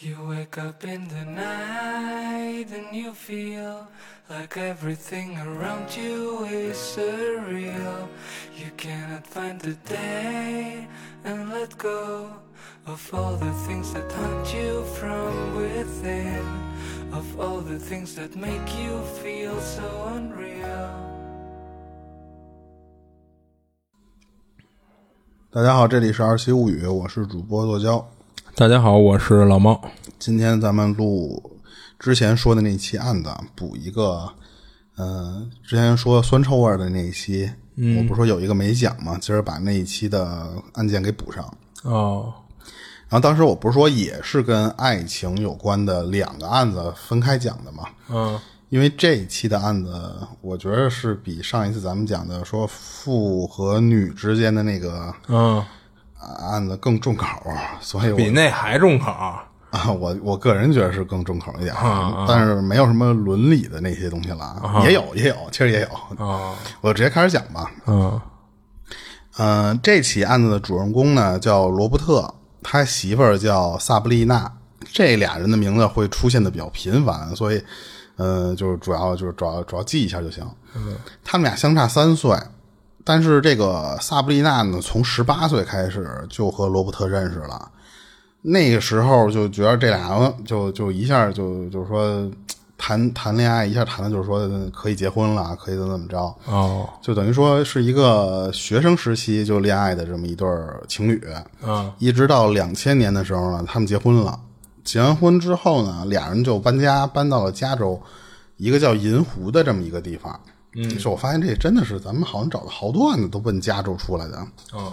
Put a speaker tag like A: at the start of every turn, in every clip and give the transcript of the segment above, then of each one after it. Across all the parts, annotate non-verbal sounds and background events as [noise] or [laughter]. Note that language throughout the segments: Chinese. A: You wake up in the night and you feel like everything around you is surreal. You cannot find the day and let go of all the things that haunt you from within, of all the things that make you feel so unreal.
B: 大家好，这里是《二七物语》，我是主播剁椒。
C: 大家好，我是老猫。
B: 今天咱们录之前说的那期案子，啊补一个，呃，之前说酸臭味儿的那一期，我不是说有一个没讲嘛，今儿把那一期的案件给补上。
C: 哦，
B: 然后当时我不是说也是跟爱情有关的两个案子分开讲的嘛，
C: 嗯，
B: 因为这一期的案子，我觉得是比上一次咱们讲的说父和女之间的那个啊
C: 嗯，
B: 案子更重口儿，所以我
C: 比那还重口。
B: [laughs] 啊，我我个人觉得是更重口一点，啊但是没有什么伦理的那些东西了，啊、也有也有，其实也有。
C: 哦，
B: 我直接开始讲吧。
C: 嗯，
B: 嗯、这起案子的主人公呢叫罗伯特，他媳妇儿叫萨布丽娜，这俩人的名字会出现的比较频繁，所以，呃，就是主要就是主要主要记一下就行。嗯，他们俩相差三岁，但是这个萨布丽娜呢，从十八岁开始就和罗伯特认识了。那个时候就觉得这俩人就就一下就就是说谈谈恋爱，一下谈的就是说可以结婚了，可以怎么怎么着。
C: 哦，
B: 就等于说是一个学生时期就恋爱的这么一对儿情侣，
C: 嗯，
B: 一直到两千年的时候呢，他们结婚了。结完婚之后呢，俩人就搬家，搬到了加州一个叫银湖的这么一个地方。嗯，就是我发现这真的是咱们好像找了好多案子都奔加州出来的。
C: 哦，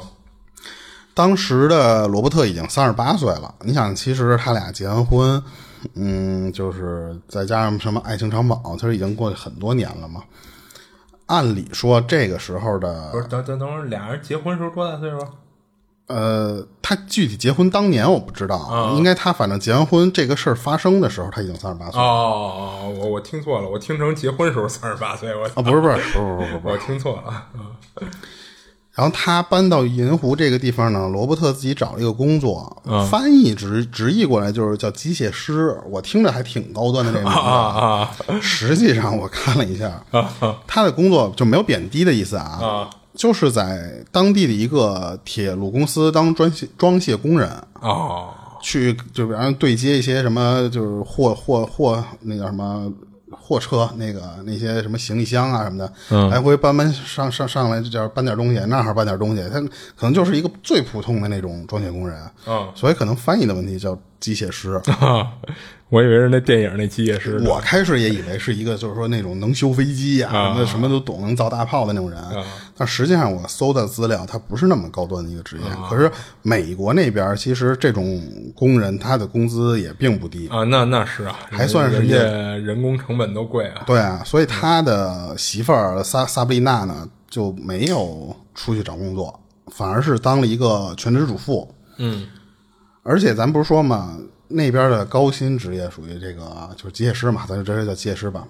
B: 当时的罗伯特已经三十八岁了，你想，其实他俩结完婚，嗯，就是再加上什么爱情长跑，其实已经过去很多年了嘛。按理说，这个时候的
C: 不是，等等等会儿，俩人结婚时候多大岁数？
B: 呃，他具体结婚当年我不知道，啊
C: 啊
B: 应该他反正结完婚这个事儿发生的时候，他已经三十八岁了。
C: 哦，我我听错了，我听成结婚时候三十八岁， [laughs] 我
B: 啊，不是不是不是不是不是。
C: 我听错了。
B: 然后他搬到银湖这个地方呢，罗伯特自己找了一个工作，
C: 啊
B: 翻译直直译过来就是叫机械师。我听着还挺高端的那名字，
C: 啊
B: 实际上我看了一下，他的工作就没有贬低的意思啊，
C: 哦
B: 就是在当地的一个铁路公司当装卸装卸工人。
C: 哦，
B: 去就比方说对接一些什么，就是货货货那叫什么货车那个那些什么行李箱啊什么的，来回搬搬上上上来就叫搬点东西，那儿搬点东西，他可能就是一个最普通的那种装卸工人，
C: 嗯
B: 所以可能翻译的问题叫机械师。
C: 啊，我以为是那电影那机械师。
B: 我开始也以为是一个就是说那种能修飞机呀、什么什么都懂、能造大炮的那种人，但实际上我搜的资料，他不是那么高端的一个职业。可是美国那边其实这种工人他的工资也并不低，
C: 啊，那那是啊，
B: 还算是
C: 人家人工成本都贵啊。
B: 对啊，所以他的媳妇儿萨萨布丽娜呢就没有出去找工作，反而是当了一个全职主妇。
C: 嗯，
B: 而且咱不是说嘛，那边的高薪职业属于这个就是机械师嘛，咱就直接叫机械师吧，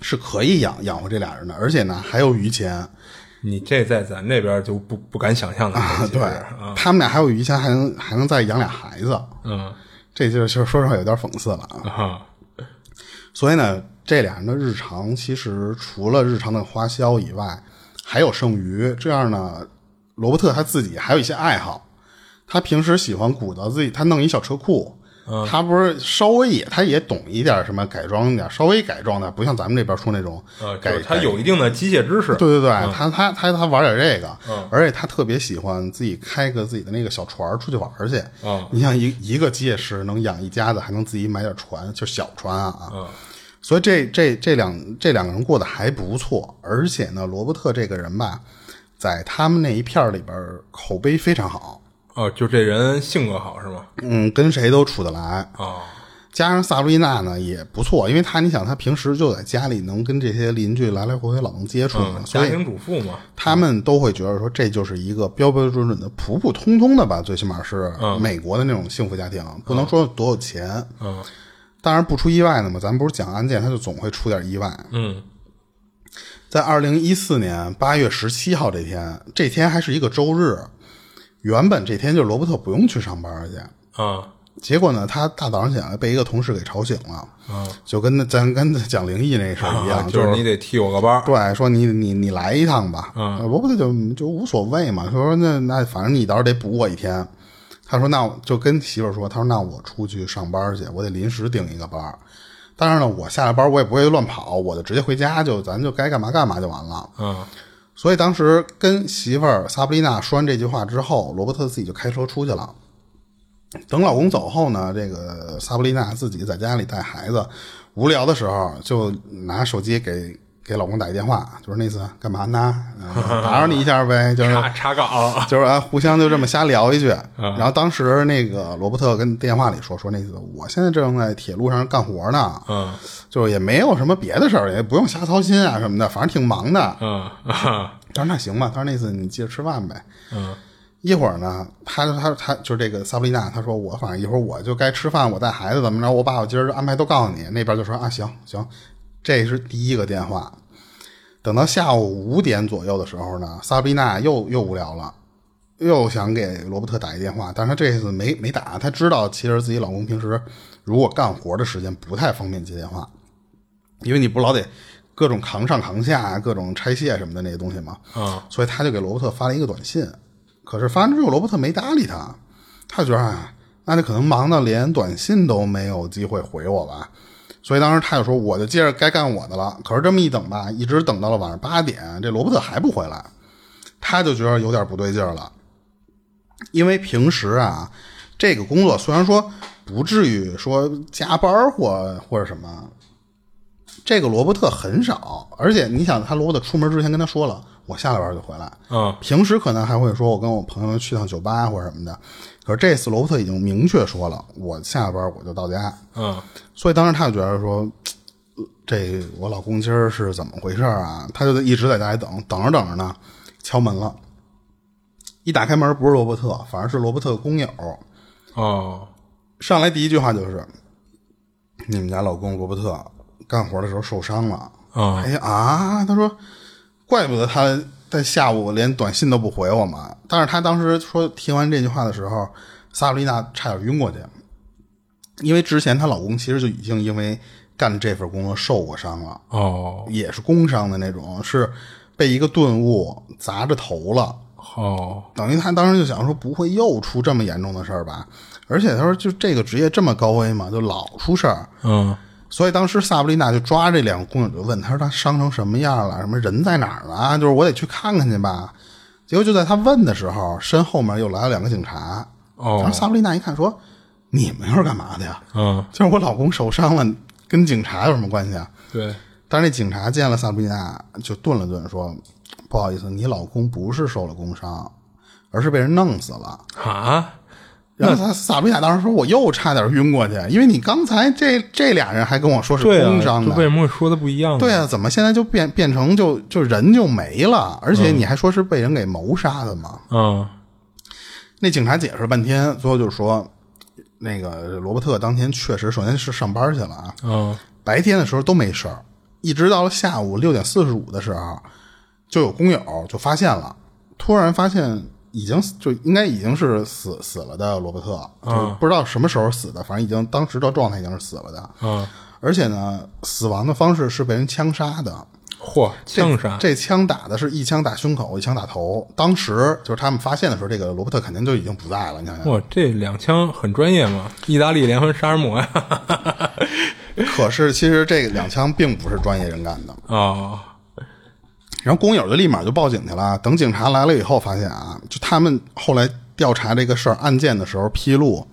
B: 是可以养养活这俩人的，而且呢还有余钱。
C: 你这在咱这边就不不敢想象了。其实
B: 啊 [laughs] 对，
C: 啊
B: 他们俩还有余钱，还能还能再养俩孩子，
C: 嗯
B: 这就就说实话有点讽刺了啊。
C: 啊
B: 所以呢，这俩人的日常其实除了日常的花销以外，还有剩余。这样呢，罗伯特他自己还有一些爱好，他平时喜欢鼓捣自己，他弄一小车库。
C: 嗯
B: 他不是稍微也，他也懂一点什么改装一点，稍微改装的，不像咱们这边说那种
C: 啊，就
B: 改。
C: 是他有一定的机械知识。
B: 对对对，
C: 嗯
B: 他他他他玩点这个，而且他特别喜欢自己开个自己的那个小船儿出去玩儿去。
C: 嗯
B: 你像一一个机械师能养一家子，还能自己买点船，就小船啊啊。
C: 嗯
B: 所以这这这两这两个人过得还不错，而且呢，罗伯特这个人吧，在他们那一片儿里边儿口碑非常好，
C: 哦，就这人性格好是吗？
B: 嗯，跟谁都处得来。
C: 哦，
B: 加上萨瑞娜呢也不错，因为她你想，她平时就在家里能跟这些邻居来来回回老能接触，
C: 嗯，
B: 所
C: 家
B: 以
C: 庭主妇嘛，
B: 他们都会觉得说这就是一个标标准准的、普普通通的吧，最起码是美国的那种幸福家庭，不能说多有钱。
C: 嗯
B: 当然不出意外呢嘛，咱们不是讲案件，它就总会出点意外。
C: 嗯
B: 在二零一四年八月十七号这天，这天还是一个周日，原本这天就罗伯特不用去上班去，
C: 啊
B: 结果呢，他大早上起来被一个同事给吵醒了，
C: 啊
B: 就跟那咱跟讲灵异那事儿一样，
C: [laughs] 啊
B: 就
C: 就是是你得替我个班儿
B: 对，说你你你来一趟吧，
C: 嗯
B: 呃，不不就就无所谓嘛。他说那那反正你到时候得补我一天。他说那我就跟媳妇儿说，他说那我出去上班去，我得临时顶一个班儿。当然了，我下了班我也不会乱跑，我就直接回家就咱就该干嘛干嘛就完了。
C: 啊
B: 所以当时跟媳妇儿萨布丽娜说完这句话之后，罗伯特自己就开车出去了。等老公走后呢，这个萨布丽娜自己在家里带孩子，无聊的时候就拿手机给给老公打一电话，就是那次干嘛呢？嗯打扰你一下呗，就是
C: 查查岗
B: 就是啊，互相就这么瞎聊一句。然后当时那个罗伯特跟电话里说说那意思，我现在正在铁路上干活呢，
C: 嗯
B: 就是也没有什么别的事儿，也不用瞎操心啊什么的，反正挺忙的。
C: 嗯啊
B: 他说那行吧，他说那次你接着吃饭呗。
C: 嗯
B: 一会儿呢，他他他就是这个萨布丽娜，他说我反正一会儿我就该吃饭，我带孩子怎么着，我把我今儿安排都告诉你。那边就说啊行行，这是第一个电话。等到下午五点左右的时候呢，萨布丽娜又又无聊了，又想给罗伯特打一电话，但是她这次没没打，她知道其实自己老公平时如果干活的时间不太方便接电话，因为你不老得各种扛上扛下、啊各种拆卸什么的那些东西吗？
C: 啊
B: 所以他就给罗伯特发了一个短信。可是发完之后，罗伯特没搭理他，他就觉得啊，那就可能忙到连短信都没有机会回我吧。所以当时他就说，我就接着该干我的了。可是这么一等吧，一直等到了晚上八点，这罗伯特还不回来，他就觉得有点不对劲儿了。因为平时啊，这个工作虽然说不至于说加班儿或或者什么，这个罗伯特很少，而且你想，他罗伯特出门之前跟他说了，我下了班就回来。
C: 啊
B: 平时可能还会说，我跟我朋友去趟酒吧或者什么的，可是这次罗伯特已经明确说了，我下了班我就到家，
C: 啊
B: 所以当时他就觉得说，呃这我老公今儿是怎么回事儿啊？他就一直在家里等，等着等着呢，敲门了，一打开门不是罗伯特，反而是罗伯特的工友，
C: 哦
B: 上来第一句话就是，你们家老公罗伯特干活的时候受伤了。
C: 啊
B: 哎呀啊，他说，怪不得他在下午连短信都不回我嘛。但是他当时说听完这句话的时候，萨布丽娜差点晕过去，因为之前她老公其实就已经因为干这份工作受过伤了，
C: 哦
B: 也是工伤的那种，是被一个钝物砸着头了。
C: 哦
B: 等于他当时就想说，不会又出这么严重的事儿吧？而且他说，就这个职业这么高危嘛，就老出事儿。
C: 嗯
B: 所以当时萨布丽娜就抓这两个工友就问，他说他伤成什么样了，什么人在哪儿了啊？就是我得去看看去吧。结果就在他问的时候，身后面又来了两个警察。然后
C: 哦
B: 萨布丽娜一看说：“你们又是干嘛的呀？
C: 嗯
B: 就是我老公受伤了，跟警察有什么关系啊？”
C: 对
B: 但是那警察见了萨布丽娜，就顿了顿，说：“不好意思，你老公不是受了工伤，而是被人弄死了。
C: 啊”
B: 然后他萨布丽娜当时说：“我又差点晕过去，因为你刚才这这俩人还跟我说是
C: 对啊，
B: 工伤
C: 这
B: 的，
C: 为什么会说的不一样呢？
B: 对啊，怎么现在就变变成就就人就没了？而且你还说是被人给谋杀的吗？
C: 嗯
B: 那警察解释半天，最后就说，那个罗伯特当天确实首先是上班去了啊，
C: 嗯
B: 白天的时候都没事儿，一直到了下午六点四十五的时候，就有工友就发现了，突然发现已经就应该已经是死死了的罗伯特，就是不知道什么时候死的，反正已经当时的状态已经是死了的，
C: 嗯，
B: 而且呢，死亡的方式是被人枪杀的。
C: 嚯，
B: 这
C: 呛啥？
B: 这枪打的是一枪打胸口，一枪打头。当时就是他们发现的时候，这个罗伯特肯定就已经不在了。你想想，
C: 哇，这两枪很专业嘛！意大利连环杀人魔呀！
B: 可是其实这两枪并不是专业人干的。
C: 啊
B: 然后工友就立马就报警去了。等警察来了以后，发现啊，就他们后来调查这个事儿案件的时候披露，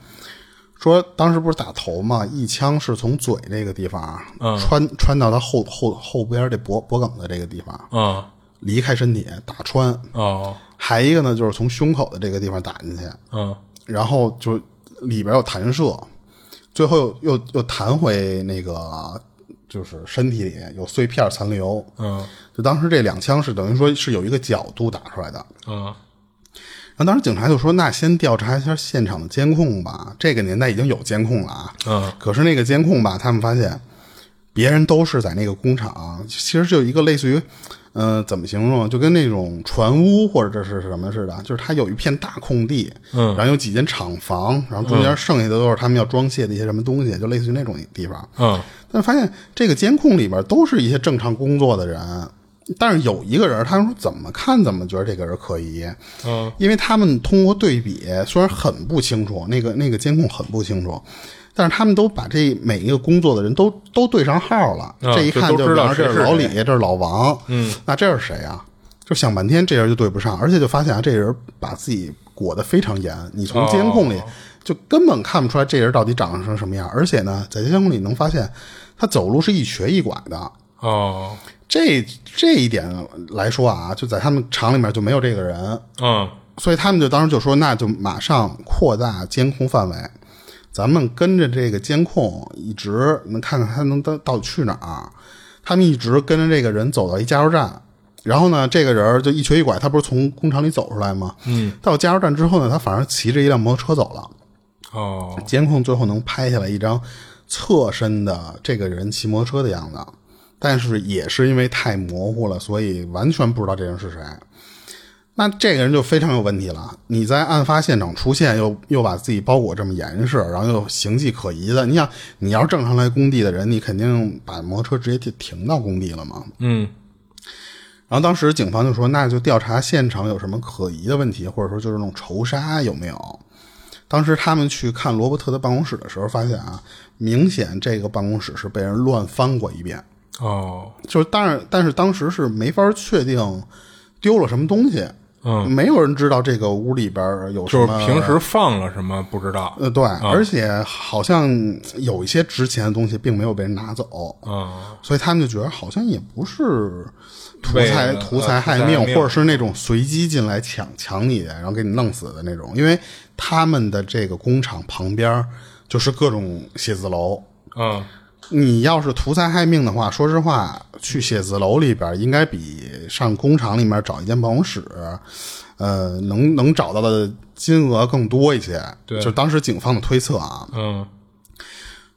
B: 说当时不是打头嘛，一枪是从嘴这个地方、啊穿穿到他后后后边这脖脖梗的这个地方，
C: 啊
B: 离开身体打穿；
C: 哦
B: 还一个呢，就是从胸口的这个地方打进去。
C: 嗯
B: 然后就里边有弹射，最后又又又弹回那个就是身体里有碎片残留。
C: 嗯
B: 就当时这两枪是等于说是有一个角度打出来的。
C: 嗯
B: 然后当时警察就说：“那先调查一下现场的监控吧。这个年代已经有监控了啊。
C: 嗯
B: 可是那个监控吧，他们发现别人都是在那个工厂，其实就一个类似于，呃，怎么形容啊？就跟那种船屋或者是什么似的，就是它有一片大空地，嗯，然后有几间厂房，然后中间剩下的都是他们要装卸的一些什么东西，就类似于那种地方。
C: 嗯，
B: 但发现这个监控里边都是一些正常工作的人，但是有一个人，他说怎么看怎么觉得这个人可疑。
C: 嗯，
B: 因为他们通过对比，虽然很不清楚，那个那个监控很不清楚，但是他们都把这每一个工作的人都都对上号了。
C: 啊
B: 这一看
C: 就
B: 就比
C: 都知道
B: 方说这
C: 谁
B: 是
C: 是
B: 老李
C: 谁，
B: 这是老王。嗯，那这是谁啊？就想半天，这人就对不上，而且就发现啊，这人把自己裹得非常严，你从监控里
C: 哦
B: 就根本看不出来这人到底长成什么样。而且呢，在监控里能发现，他走路是一瘸一拐的。
C: 哦，
B: 这这一点来说啊，就在他们厂里面就没有这个人，
C: 嗯，
B: 所以他们就当时就说，那就马上扩大监控范围，咱们跟着这个监控一直能看看他能到到底去哪儿。他们一直跟着这个人走到一加油站，然后呢，这个人就一瘸一拐，他不是从工厂里走出来吗？嗯，到加油站之后呢，他反而骑着一辆摩托车走了。
C: 哦，
B: 监控最后能拍下来一张侧身的这个人骑摩托车的样子，但是也是因为太模糊了，所以完全不知道这人是谁。那这个人就非常有问题了。你在案发现场出现，又又把自己包裹这么严实，然后又形迹可疑的，你想，你要是正常来工地的人，你肯定把摩托车直接停停到工地了嘛。
C: 嗯，
B: 然后当时警方就说，那就调查现场有什么可疑的问题，或者说就是那种仇杀有没有。当时他们去看罗伯特的办公室的时候，发现啊，明显这个办公室是被人乱翻过一遍， [laughs]
C: 哦，
B: 就是但是但是当时是没法确定丢了什么东西，
C: 嗯，
B: 没有人知道这个屋里边有什
C: 就是
B: 么。
C: 平啊时放了什么不知道，
B: 呃，对，而且好像有一些值钱的东西并没有被人拿走，
C: 嗯，
B: 所以他们就觉得好像也不是图
C: 为
B: 财
C: 了
B: 图财
C: 呃图财
B: 害
C: 害
B: 命，
C: 命
B: 或者是那种随机进来抢抢你，然后给你弄死的那种。因为他们的这个工厂旁边儿就是各种写字楼，
C: 嗯，
B: 你要是图财害命的话，说实话，去写字楼里边儿应该比上工厂里面找一间办公室，呃，能能找到的金额更多一些。
C: 对
B: 就当时警方的推测啊，
C: 嗯，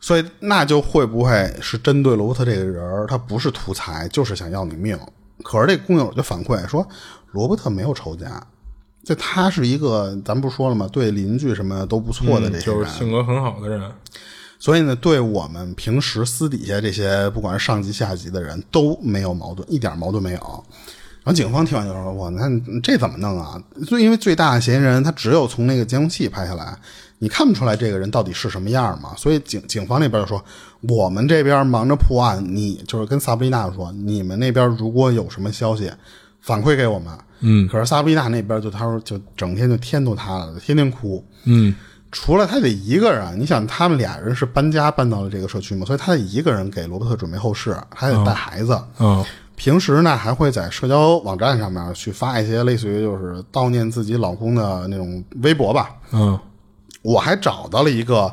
B: 所以那就会不会是针对罗伯特这个人儿，他不是图财，就是想要你命？可是这工友就反馈说，罗伯特没有仇家，就他是一个，咱不是说了吗？对邻居什么都不错的这些
C: 嗯就
B: 人，
C: 是性格很好的人，
B: 所以呢，对我们平时私底下这些不管是上级下级的人都没有矛盾，一点矛盾没有。然后警方听完就说：“我那这怎么弄啊？最因为最大的嫌疑人他只有从那个监控器拍下来，你看不出来这个人到底是什么样嘛。所以警警方那边就说，我们这边忙着破案，你就是跟萨布丽娜说，你们那边如果有什么消息，反馈给我们。嗯，可是萨布丽娜那边就他说就整天就天都塌了，天天哭。
C: 嗯，
B: 除了他得一个人，你想他们俩人是搬家搬到了这个社区嘛，所以他得一个人给罗伯特准备后事，还得带孩子。
C: 嗯，
B: 平时呢，还会在社交网站上面去发一些类似于就是悼念自己老公的那种微博吧。
C: 嗯，
B: 我还找到了一个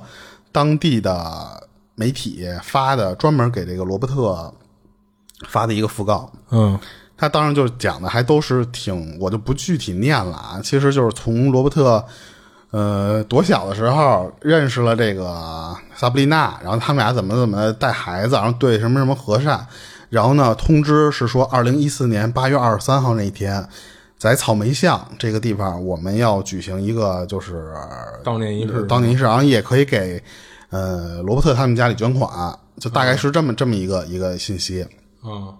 B: 当地的媒体发的，专门给这个罗伯特发的一个讣告。
C: 嗯，
B: 他当然就是讲的还都是挺，我就不具体念了啊。其实就是从罗伯特，呃，多小的时候认识了这个萨布丽娜，然后他们俩怎么怎么带孩子，然后对什么什么和善，然后呢，通知是说二零一四年八月二十三号那一天，在草莓巷这个地方，我们要举行一个就是
C: 悼念仪式，
B: 当年是，然后也可以给呃罗伯特他们家里捐款，就
C: 啊
B: 大概是这么、这么一个一个信息。
C: 嗯，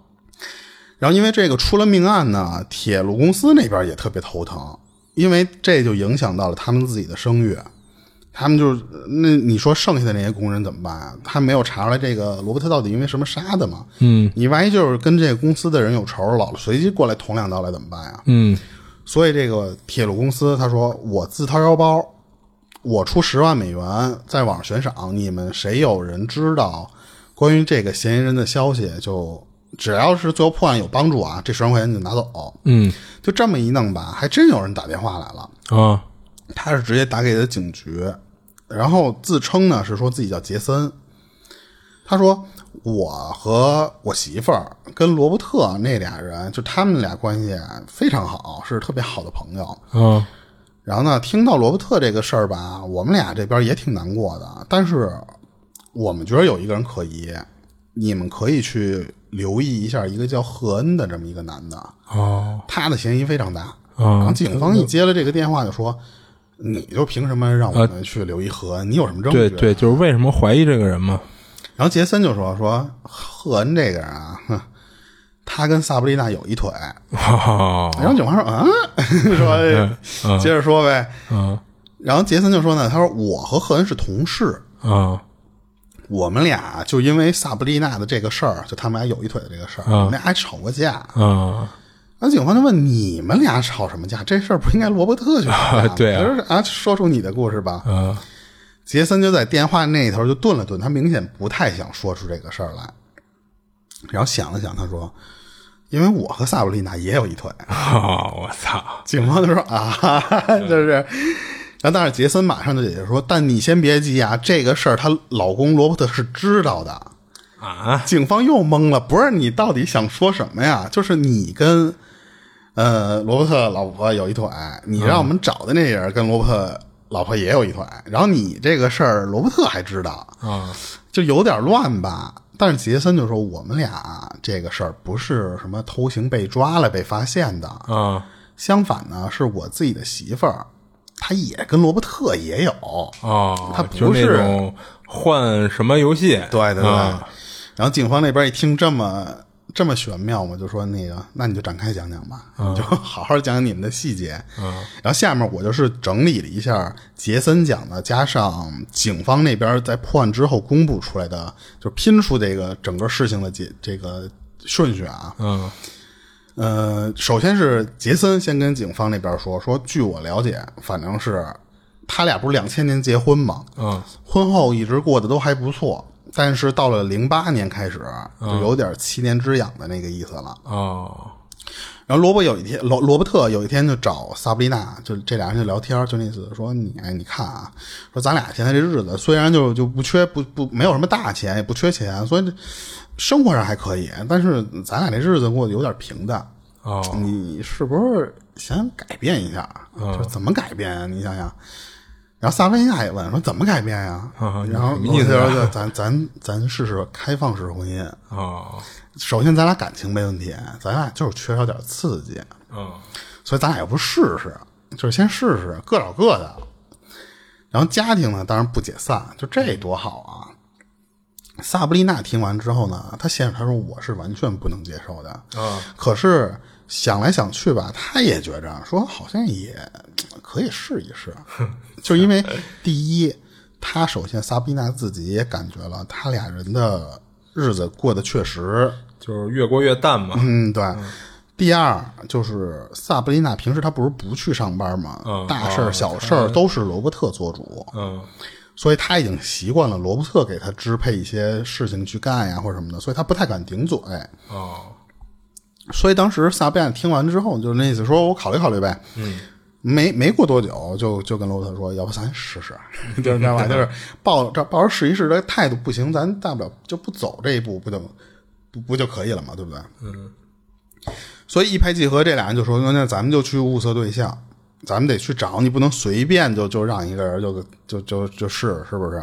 B: 然后因为这个出了命案呢，铁路公司那边也特别头疼，因为这就影响到了他们自己的声誉。他们就是那你说剩下的那些工人怎么办啊？他没有查出来这个罗伯特到底因为什么杀的嘛？嗯，你万一就是跟这个公司的人有仇，老随机过来捅两刀来怎么办啊呀？
C: 嗯，
B: 所以这个铁路公司他说我自掏腰包，我出十万美元在网上悬赏，你们谁有人知道关于这个嫌疑人的消息，就只要是最后破案有帮助啊，这十万块钱你就拿走。
C: 嗯，
B: 就这么一弄吧，还真有人打电话来了，
C: 啊，
B: 他是直接打给的警局，然后自称呢是说自己叫杰森，他说我和我媳妇儿跟罗伯特那俩人，就他们俩关系非常好，是特别好的朋友。
C: 嗯，
B: 然后呢，听到罗伯特这个事儿吧，我们俩这边也挺难过的，但是我们觉得有一个人可疑，你们可以去留意一下一个叫赫恩的这么一个男的，
C: 哦
B: 他的嫌疑非常大。然后
C: 啊，
B: 警方一接了这个电话就说：“你就凭什么让我们去留意赫恩？你有什么证据？”
C: 对对，就是为什么怀疑这个人嘛？
B: 然后杰森就说：“说赫恩这个人啊，哼，他跟萨布丽娜有一腿。”
C: 哦，
B: 然后警方说：“啊， [laughs] 说哎接着说呗。”
C: 嗯
B: 然后杰森就说呢：“他说我和赫恩是同事，
C: 啊
B: 我们俩就因为萨布丽娜的这个事儿，就他们俩有一腿的这个事儿，我们俩还吵过架。
C: 啊
B: 然后警方就问：你们俩吵什么架？这事儿不应该罗伯特去吵架吗
C: [laughs] 对啊
B: 他说啊，说出你的故事吧。
C: 啊
B: 杰森就在电话那头就顿了顿，他明显不太想说出这个事儿来，然后想了想，他说：“因为我和萨布丽娜也有一腿。
C: 啊！我操”！
B: 警方就说：“啊， [laughs] 哈哈就是。”然后，但是杰森马上就解释说：“但你先别急啊，这个事儿她老公罗伯特是知道的。”
C: 啊
B: 警方又懵了，不是你到底想说什么呀？就是你跟呃罗伯特老婆有一腿，你让我们找的那人跟罗伯特老婆也有一腿，然后你这个事儿罗伯特还知道，
C: 啊
B: 就有点乱吧。但是杰森就说我们俩啊这个事儿不是什么偷情被抓了被发现的，
C: 啊
B: 相反呢是我自己的媳妇儿，她也跟罗伯特也有，
C: 哦，
B: 他不
C: 就是那种换什么游戏？
B: 对对对。
C: 啊
B: 然后警方那边一听这么这么玄妙嘛，就说那个，那你就展开讲讲吧，你就 [laughs] 好好讲讲你们的细节。然后下面我就是整理了一下杰森讲的，加上警方那边在破案之后公布出来的，就拼出这个整个事情的解这个顺序啊。
C: 嗯
B: 呃，首先是杰森先跟警方那边说，说据我了解，反正是他俩不是两千年结婚吗？
C: 嗯
B: 婚后一直过得都还不错，但是到了零八年开始，就有点七年之痒的那个意思了。
C: 哦
B: 然后罗伯有一天，罗罗伯特有一天就找萨布丽娜，就这俩人就聊天，就那意思说你哎你看啊，说咱俩现在这日子虽然就就不缺不不没有什么大钱，也不缺钱，所以这生活上还可以，但是咱俩这日子过得有点平淡。
C: 哦
B: 你是不是想改变一下？
C: 嗯
B: 就是怎么改变啊？你想想。然后萨维亚也问说怎么改变呀、
C: 啊
B: 然后
C: 什么意思啊
B: 罗伯特就咱咱咱试试开放式婚姻。
C: 哦
B: 首先，咱俩感情没问题，咱俩就是缺少点刺激，
C: 嗯
B: 所以咱俩要不试试，就是先试试，各找各的。然后家庭呢，当然不解散，就这多好啊！萨布丽娜听完之后呢，她先是她说我是完全不能接受的，
C: 啊
B: 可是想来想去吧，他也觉着说好像也可以试一试， [laughs] 就因为第一，他首先萨宾娜自己也感觉了，他俩人的日子过得确实，
C: 就是越过越淡嘛。
B: 嗯，对。第二就是萨布丽娜平时她不是不去上班吗？
C: 嗯
B: 大事儿、
C: 哦
B: 小事儿都是罗伯特做主。
C: 嗯
B: 所以他已经习惯了罗伯特给他支配一些事情去干呀，或者什么的，所以他不太敢顶嘴。
C: 哦
B: 所以当时萨贝亚听完之后，就是那意思说，我考虑考虑呗。嗯，没没过多久，就就跟罗伯特说，要不咱试 [laughs] 试，就是知道吧？就是抱着抱着试一试的态度不行，咱大不了就不走这一步，不就不不就可以了嘛，对不对？嗯。所以一拍即合，这俩人就说，那咱们就去物色对象，咱们得去找，你不能随便就就让一个人就就就就试，是不是？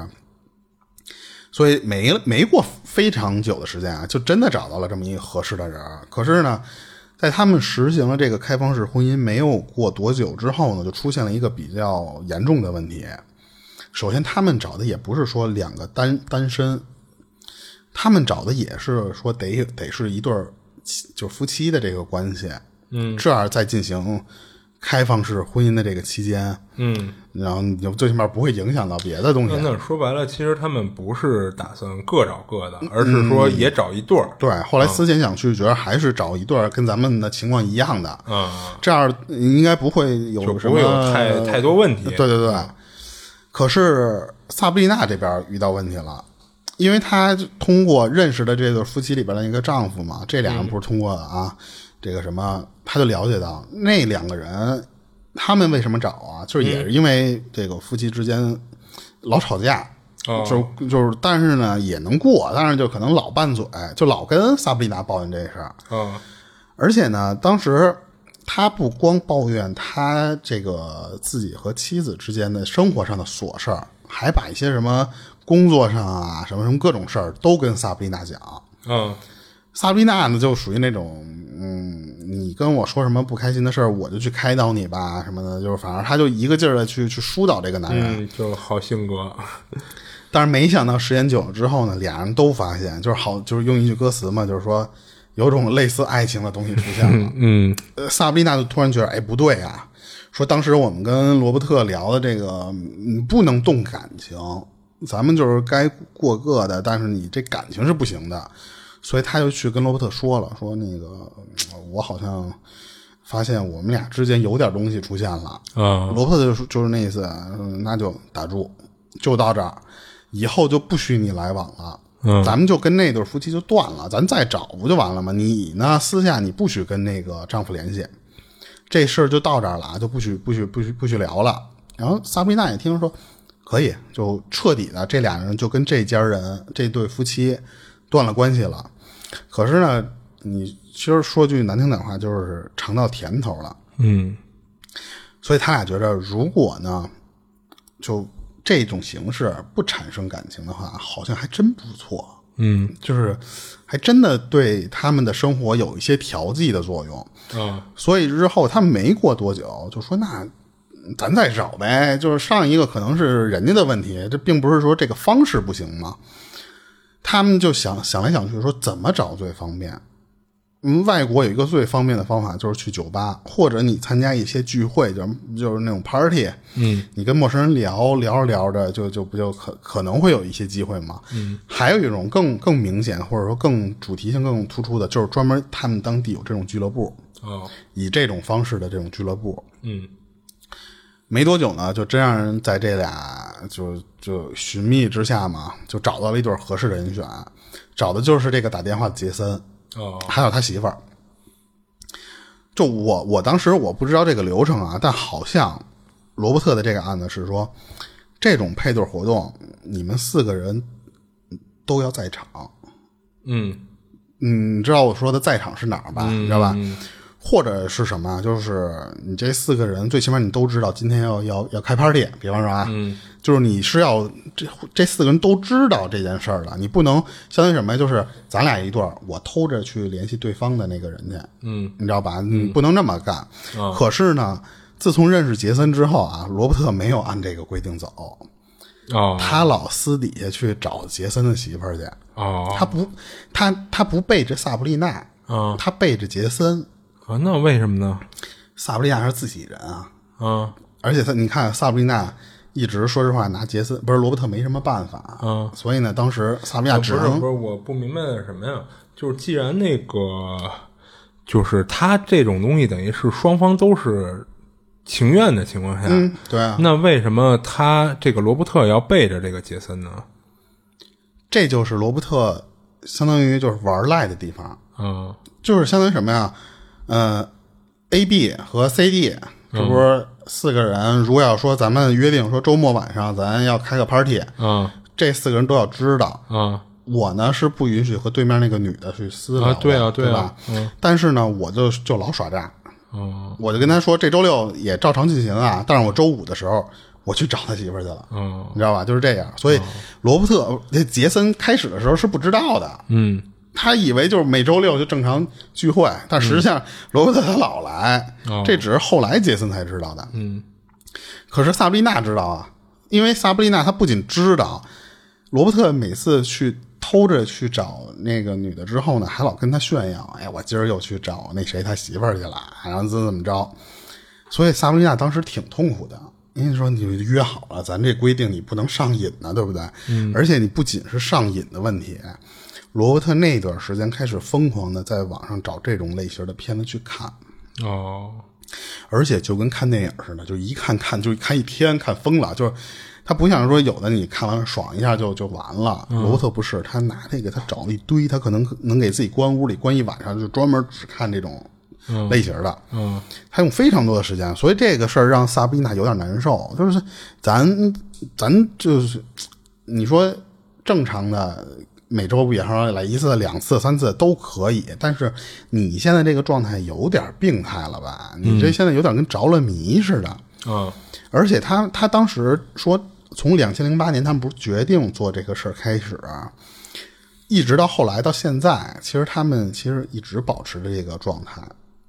B: 所以没没过非常久的时间啊，就真的找到了这么一个合适的人儿。可是呢，在他们实行了这个开放式婚姻没有过多久之后呢，就出现了一个比较严重的问题。首先，他们找的也不是说两个单单身，他们找的也是说得得是一对儿妻就是夫妻的这个关系，嗯，这样再进行开放式婚姻的这个期间，
C: 嗯，
B: 然后你就最起码不会影响到别的东西。
C: 呃那那说白了，其实他们不是打算各找各的，而是说也找一对儿。
B: 对，后来思前想去，觉得还是找一对儿跟咱们的情况一样的，
C: 嗯，
B: 这样呃应该不会有
C: 就
B: 什
C: 不
B: 么呃
C: 会有太太多问题。啊嗯
B: 对对对。可是萨布丽娜这边遇到问题了，因为她通过认识的这对夫妻里边的一个丈夫嘛，这俩
C: 嗯
B: 人不是通过啊、这个什么，她就了解到那两个人他们为什么找啊，就是
C: 嗯
B: 也是因为这个夫妻之间老吵架。
C: 哦
B: 就就是，但是呢也能过，但是就可能老拌嘴，就老跟萨布丽娜抱怨这事儿。
C: 嗯
B: 而且呢，当时他不光抱怨他这个自己和妻子之间的生活上的琐事儿，还把一些什么工作上啊、什么什么各种事儿都跟萨布丽娜讲。
C: 嗯
B: 萨布丽娜呢，就属于那种，嗯，你跟我说什么不开心的事儿，我就去开导你吧，什么的，就是反正他就一个劲儿的去去疏导这个男人。
C: 嗯，就好性格，
B: 但是没想到时间久了之后呢，俩人都发现，就是好，就是用一句歌词嘛，就是说有种类似爱情的东西出现了。
C: 嗯
B: 呃，萨布丽娜就突然觉得，哎，不对啊，说当时我们跟罗伯特聊的这个，嗯，不能动感情，咱们就是该过各的，但是你这感情是不行的，所以他就去跟罗伯特说了，说那个嗯我好像发现我们俩之间有点东西出现了。
C: 啊
B: 罗伯特就是就是那意思，嗯那就打住，就到这儿，以后就不许你来往了。
C: 嗯
B: 咱们就跟那对夫妻就断了，咱再找不就完了吗？你呢，私下你不许跟那个丈夫联系，这事儿就到这儿了啊，就不许不许不许不许聊了。然后萨布丽娜也听说，可以，就彻底的这俩人就跟这家人这对夫妻断了关系了。可是呢，你其实说句难听点话，就是尝到甜头了。
C: 嗯
B: 所以他俩觉着，如果呢，就这种形式不产生感情的话，好像还真不错，
C: 嗯
B: 就是还真的对他们的生活有一些调剂的作用。
C: 啊
B: 所以日后他没过多久就说：“那咱再找呗。”就是上一个可能是人家的问题，这并不是说这个方式不行嘛。他们就想想来想去，说怎么找最方便。嗯，外国有一个最方便的方法就是去酒吧，或者你参加一些聚会，就是就是那种 party，嗯，你跟陌生人聊聊着聊着，就就不就可可能会有一些机会嘛。嗯，还有一种更更明显或者说更主题性更突出的，就是专门他们当地有这种俱乐部，
C: 哦
B: 以这种方式的这种俱乐部。
C: 嗯
B: 没多久呢，就真让人在这俩就就寻觅之下嘛，就找到了一对合适的人选，找的就是这个打电话的杰森，
C: 哦
B: 还有他媳妇儿。就我我当时我不知道这个流程啊，但好像罗伯特的这个案子是说，这种配对活动你们四个人都要在场。
C: 嗯
B: 嗯，你知道我说的在场是哪儿吧？你知道吧？
C: 嗯
B: 或者是什么啊？就是你这四个人，最起码你都知道今天要要要开 party。比方说啊，
C: 嗯
B: 就是你是要这这四个人都知道这件事儿了，你不能相当于什么呀？就是咱俩一对儿，我偷着去联系对方的那个人去，
C: 嗯
B: 你知道吧？你不能这么干。
C: 啊
B: 可是呢，自从认识杰森之后啊，罗伯特没有按这个规定走，
C: 哦
B: 他老私底下去找杰森的媳妇儿去。
C: 哦
B: 他不，他他不背着萨布丽娜，
C: 啊
B: 他背着杰森。
C: 啊，那为什么呢？
B: 萨布丽娜是自己人啊，
C: 啊
B: 而且他你看萨布丽娜一直说实话拿杰森不是罗伯特没什么办法，啊
C: 嗯
B: 所以呢，当时萨布丽
C: 啊
B: 娜
C: 不
B: 只
C: 是不
B: 能、
C: 是，我不明白的是什么呀？就是既然那个，就是他这种东西，等于是双方都是情愿的情况下，
B: 嗯，对啊，
C: 那为什么他这个罗伯特要背着这个杰森呢？
B: 这就是罗伯特相当于就是玩赖的地方，
C: 啊
B: 就是相当于什么呀？呃，A、B 和 C、D，这不是
C: 嗯
B: 四个人，如果要说咱们约定说周末晚上咱要开个 party，
C: 啊
B: 这四个人都要知道。
C: 啊
B: 我呢是不允许和对面那个女的去私聊
C: 啊
B: 的、！
C: 对啊
B: 对
C: 啊
B: 吧？，但是呢，我就就老耍诈，
C: 嗯
B: 我就跟他说这周六也照常进行啊，但是我周五的时候我去找他媳妇儿去了，
C: 嗯
B: 你知道吧？就是这样。所
C: 哦
B: 以罗伯特这杰森开始的时候是不知道的，
C: 嗯
B: 他以为就是每周六就正常聚会，但实际上罗伯特他老来，
C: 嗯哦
B: 这只是后来杰森才知道的。
C: 嗯
B: 可是萨布丽娜知道啊，因为萨布丽娜她不仅知道罗伯特每次去偷着去找那个女的之后呢，还老跟她炫耀：“哎，我今儿又去找那谁他媳妇儿去了，然后怎么怎么着。”所以萨布丽娜当时挺痛苦的。因为说你约好了，咱这规定你不能上瘾呢，对不对？嗯。而且你不仅是上瘾的问题，罗伯特那段时间开始疯狂的在网上找这种类型的片子去看。
C: 哦
B: 而且就跟看电影似的，就一看看就看一天，看疯了。就是他不像说有的你看完爽一下就就完了。罗伯特不是，他拿那个他找了一堆，他可能能给自己关屋里关一晚上，就专门只看这种类型的。
C: 嗯
B: 他用非常多的时间，所以这个事儿让萨布丽娜有点难受。就是咱咱就是你说正常的每周比方说来一次、两次、三次都可以，但是你现在这个状态有点病态了吧？你这现在有点跟着了迷似的。
C: 啊
B: 而且他他当时说，从两千零八年他们不是决定做这个事儿开始啊，一直到后来到现在，其实他们其实一直保持着这个状态，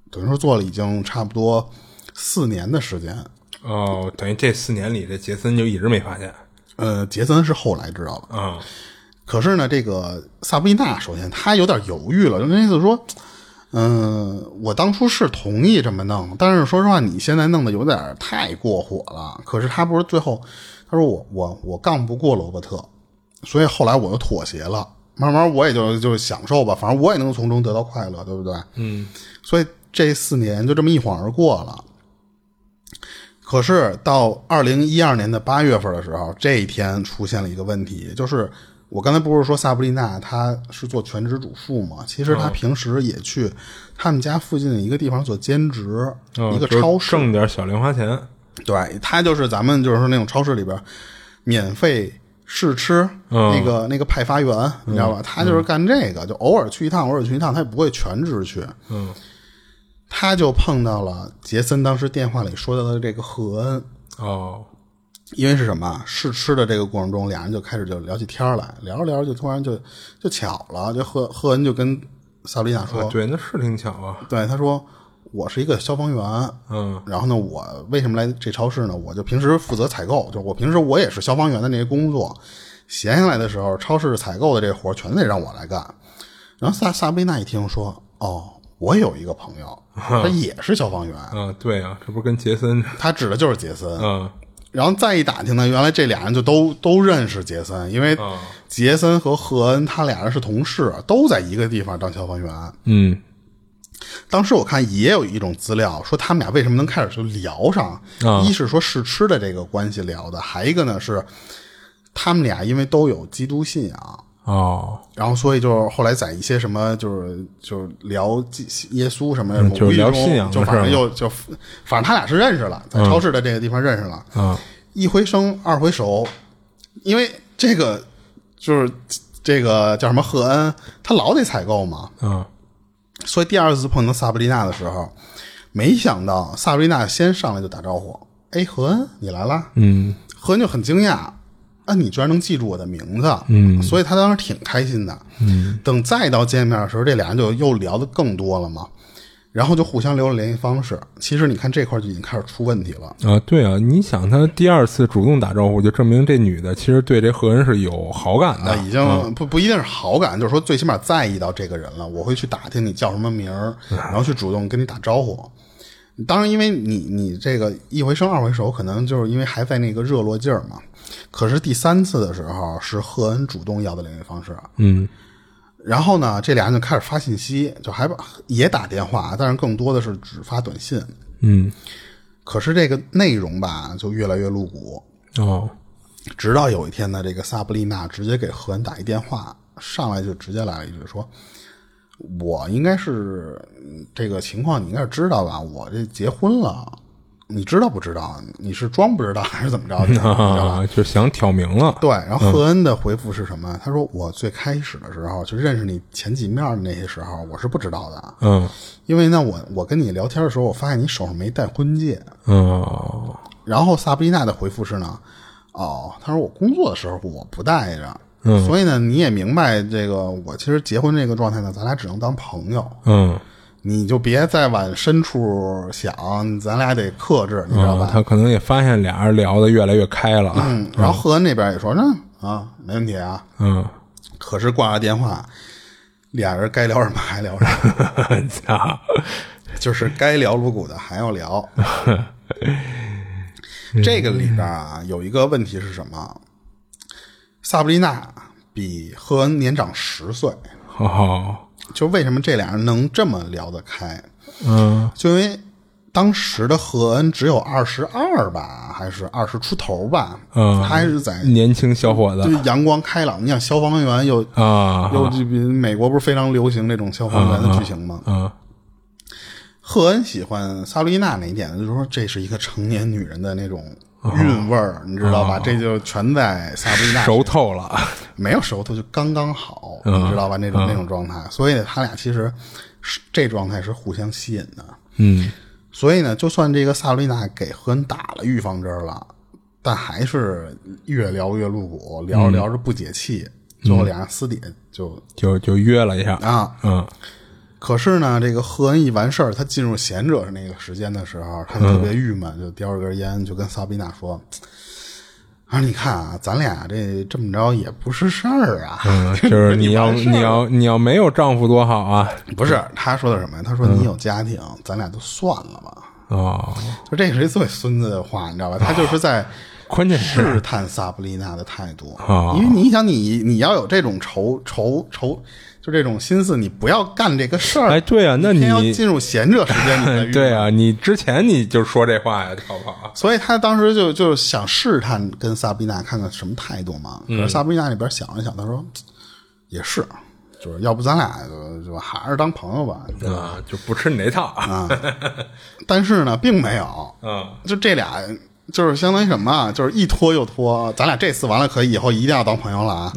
B: 等于说做了已经差不多四年的时间。
C: 哦，等于这四年里，这杰森就一直没发现
B: 呃，杰森是后来知道的，
C: 啊。
B: 可是呢，这个萨布丽娜首先她有点犹豫了，就那意思说，嗯、我当初是同意这么弄，但是说实话，你现在弄的有点太过火了。可是她不是最后，她说我我我干不过罗伯特，所以后来我就妥协了。慢慢我也就就是享受吧，反正我也能从中得到快乐，对不对？嗯，所以这四年就这么一晃而过了。可是到二零一二年的八月份的时候，这一天出现了一个问题，就是我刚才不是说萨布丽娜她是做全职主妇嘛？其实
C: 哦
B: 她平时也去他们家附近的一个地方做兼职，
C: 哦
B: 一个
C: 就是
B: 超市。
C: 挣点小零花钱，
B: 对，她就是咱们就是说那种超市里边免费试吃、
C: 嗯
B: 那个那个派发员，你知道吧？她就是干这个，就偶尔去一趟，偶尔去一趟，她也不会全职去。
C: 嗯，
B: 她就碰到了杰森当时电话里说到的这个赫恩。
C: 哦，
B: 因为是什么啊试吃的这个过程中，俩人就开始就聊起天儿来，聊着聊着就突然就就巧了，就赫赫恩就跟萨布丽娜说，
C: 啊，对，那是挺巧啊，
B: 对他说我是一个消防员，
C: 嗯，
B: 然后呢，我为什么来这超市呢？我就平时负责采购，就是我平时我也是消防员的那些工作，闲下来的时候，超市采购的这活儿全得让我来干。然后萨萨布丽娜一听说，哦，我有一个朋友，他也是消防员，
C: 啊，对啊，这不是跟杰森，
B: 他指的就是杰森，
C: 啊，
B: 然后再一打听呢，原来这俩人就都都认识杰森，因为
C: 啊
B: 杰森和赫恩他俩人是同事，都在一个地方当消防员。
C: 嗯，
B: 当时我看也有一种资料说他们俩为什么能开始就聊上，
C: 啊
B: 一是说试吃的这个关系聊的，还一个呢是他们俩因为都有基督信仰，
C: 哦，
B: 然后所以就是后来在一些什么就是就是聊基耶稣什么的，
C: 嗯就是聊信仰的
B: 就反正
C: 事儿 [laughs]
B: 又就反正他俩是认识了，在超市的这个地方认识了。
C: 啊，
B: 一回生，二回熟，因为这个就是这个叫什么赫恩，他老得采购嘛，
C: 啊，
B: 所以第二次碰到萨布丽娜的时候，没想到萨布丽娜先上来就打招呼，哎，赫恩你来啦，
C: 嗯，
B: 何恩就很惊讶，啊，你居然能记住我的名字，嗯，所以他当时挺开心的，嗯。等再到见面的时候，这俩人就又聊得更多了嘛，然后就互相留了联系方式。其实你看这块就已经开始出问题了，
C: 啊，对啊，你想他第二次主动打招呼，就证明这女的其实对这何人是有好感
B: 啊，
C: 的，
B: 已经不不一定是好感，就是说最起码在意到这个人了，我会去打听你叫什么名儿，然后去主动跟你打招呼。当然，因为你你这个一回生二回熟，可能就是因为还在那个热络劲儿嘛。可是第三次的时候，是赫恩主动要的联系方式，
C: 嗯，
B: 然后呢，这俩人就开始发信息，就还把也打电话，但是更多的是只发短信。
C: 嗯，
B: 可是这个内容吧，就越来越露骨。
C: 哦，
B: 直到有一天呢，这个萨布丽娜直接给赫恩打一电话，上来就直接来了一句说：“我应该是嗯这个情况，你应该是知道吧？我这结婚了，你知道不知道？啊你是装不知道还是怎么着？你知道吧？”
C: [laughs] 啊，就想挑明了，
B: 对，然后赫恩的回复是什么？他说：“我最开始的时候，就认识你前几面的那些时候，我是不知道的，啊
C: 嗯，
B: 因为呢，我我跟你聊天的时候，我发现你手上没戴婚戒。
C: 哦，
B: 然后萨布丽娜的回复是呢，哦，她说我工作的时候我不带着，所以呢你也明白这个，我其实结婚这个状态呢，咱俩只能当朋友，
C: 嗯，
B: 你就别再往深处想，咱俩得克制，你知道
C: 啊，
B: 吧？
C: 他可能也发现俩人聊的越来越开了，
B: 嗯，然后赫恩那边也说，那啊，没问题啊。
C: 嗯，
B: 可是挂了电话，俩人该聊什么还聊什么，
C: 操，
B: 就是该聊颅骨的还要聊。
C: [laughs] 嗯
B: 这个里边啊，有一个问题是什么？萨布丽娜比赫恩年长十岁，
C: 哦，
B: 就为什么这俩人能这么聊得开？
C: 嗯，
B: 就因为当时的赫恩只有二十二吧，还是二十出头吧，
C: 嗯
B: 他还是在
C: 年轻小伙
B: 就
C: 子
B: 是阳光开朗。你想消防员又
C: 啊，
B: 又这边美国不是非常流行这种消防员的剧情吗？
C: 嗯，
B: 赫恩喜欢萨莉娜哪一点呢？就是说这是一个成年女人的那种
C: 啊
B: 韵味儿，你知道吧？这就全在萨莉娜身上
C: 熟嗯透了，
B: 没有熟透就刚刚好，你知道吧？那种那种状态，所以他俩其实是这状态是互相吸引的。
C: 嗯，
B: 所以呢，就算这个萨莉娜给赫恩打了
C: 嗯
B: 预防针了，但还是越聊越露骨，聊着聊着不解气。最后俩人私底下就
C: 就就约了一下，
B: 啊。
C: 嗯
B: 可是呢，这个赫恩一完事儿，他进入贤者那个时间的时候，他就特别郁闷，就叼着根烟，就跟萨宾娜说：“啊，你看啊，咱俩这这么着也不是事儿啊。 [laughs]
C: 嗯，就是你要
B: 完事儿
C: 你要你要没有丈夫多好啊
B: 不是他说的什么呀？他说你有家庭，咱俩就算了吧。
C: 哦，
B: 就这是一最孙子的话，你知道吧？他就是在
C: 关键是
B: 试探萨布丽娜的态度
C: 啊，
B: 因为你想你，你要有这种仇仇仇，就这种心思，你不要干这个事儿。
C: 哎对啊，那
B: 偏
C: 你
B: 要进入贤者时间，你
C: [laughs]
B: 才郁
C: 对
B: 闷
C: 啊，你之前你就说这话呀，好不好？
B: 所以他当时就就想试探跟萨宾娜看看什么态度嘛。
C: 嗯
B: 可是萨宾娜那边想了想，他说也是，就是要不咱俩就就还是当朋友吧。
C: 啊，就不吃你那套啊，
B: 但是呢，并没有，
C: 嗯，
B: 就这俩就是相当于什么啊，就是一拖又拖。咱俩这次完了可以，以后一定要当朋友了
C: [laughs]
B: 啊。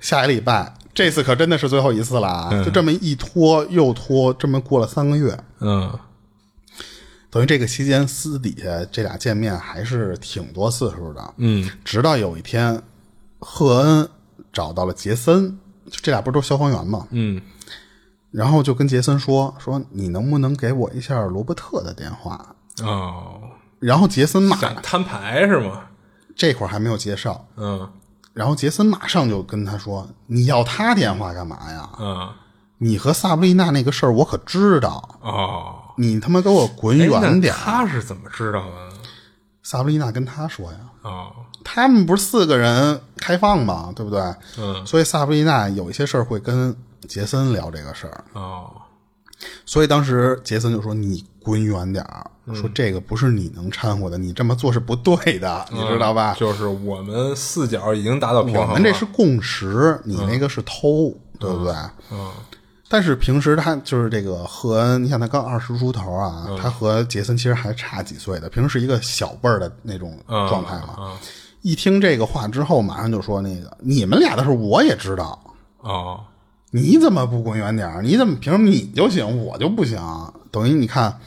B: 下一礼拜，这次可真的是最后一次了啊！就这么一拖又拖，这么过了三个月。
C: 嗯
B: 等于这个期间私底下这俩见面还是挺多次数的，
C: 嗯，
B: 直到有一天，赫恩找到了杰森，就这俩不是都消防员吗？
C: 嗯，
B: 然后就跟杰森说说你能不能给我一下罗伯特的电话？
C: 哦，
B: 然后杰森马
C: 想摊牌是吗？
B: 这会儿还没有介绍，
C: 嗯
B: 然后杰森马上就跟他说你要他电话干嘛呀？
C: 嗯
B: 你和萨布丽娜那个事儿我可知道，
C: 哦，
B: 你他妈给我滚
C: 哎
B: 远
C: 那
B: 点儿！
C: 他是怎么知道的？
B: 萨布丽娜跟他说呀，
C: 哦，
B: 他们不是四个人开放嘛，对不对？
C: 嗯
B: 所以萨布丽娜有一些事儿会跟杰森聊这个事儿，
C: 哦，
B: 所以当时杰森就说：“你滚远点儿，
C: 嗯
B: 说这个不是你能掺和的，你这么做是不对的，
C: 嗯
B: 你知道吧？
C: 就是我们四角已经达到平衡
B: 啊我
C: 了，
B: 们这是共识，你那个是偷，对不对？”
C: 嗯
B: 但是平时他就是这个赫恩，你想他刚二十出头啊，
C: 嗯
B: 他和杰森其实还差几岁的，平时一个小辈儿的那种
C: 嗯
B: 状态嘛。
C: 嗯
B: 一听这个话之后，马上就说：“那个你们俩的事儿我也知道，
C: 哦，
B: 你怎么不滚远点儿？你怎么凭什么你就行，我就不行？等于你看，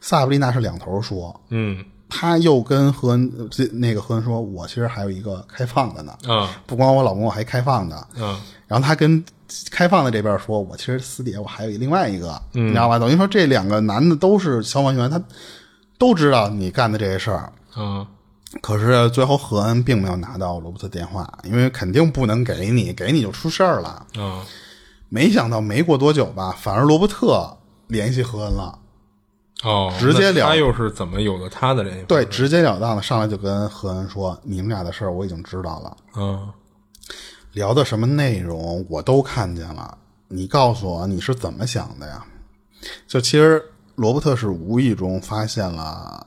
B: 萨布丽娜是两头说，
C: 嗯
B: 她又跟何恩呃这那个何恩说，我其实还有一个开放的呢，
C: 啊
B: 不光我老公，我还开放的。
C: 嗯
B: 然后她跟开放的这边说，我其实私底下我还有另外一个，你知道吧？等于说这两个男的都是消防员，他都知道你干的这些事儿。
C: 嗯
B: 可是最后何恩并没有拿到罗伯特电话，因为肯定不能给你，给你就出事儿了。
C: 嗯
B: 没想到没过多久吧，反而罗伯特联系何恩了，
C: 哦，
B: 直接
C: 那
B: 聊
C: 他又是怎么有了他的联系方
B: 对，
C: 式？
B: 直截了当的上来就跟何恩说：“你们俩的事儿我已经知道了，
C: 嗯
B: 聊的什么内容我都看见了，你告诉我你是怎么想的呀？”就其实罗伯特是无意中发现了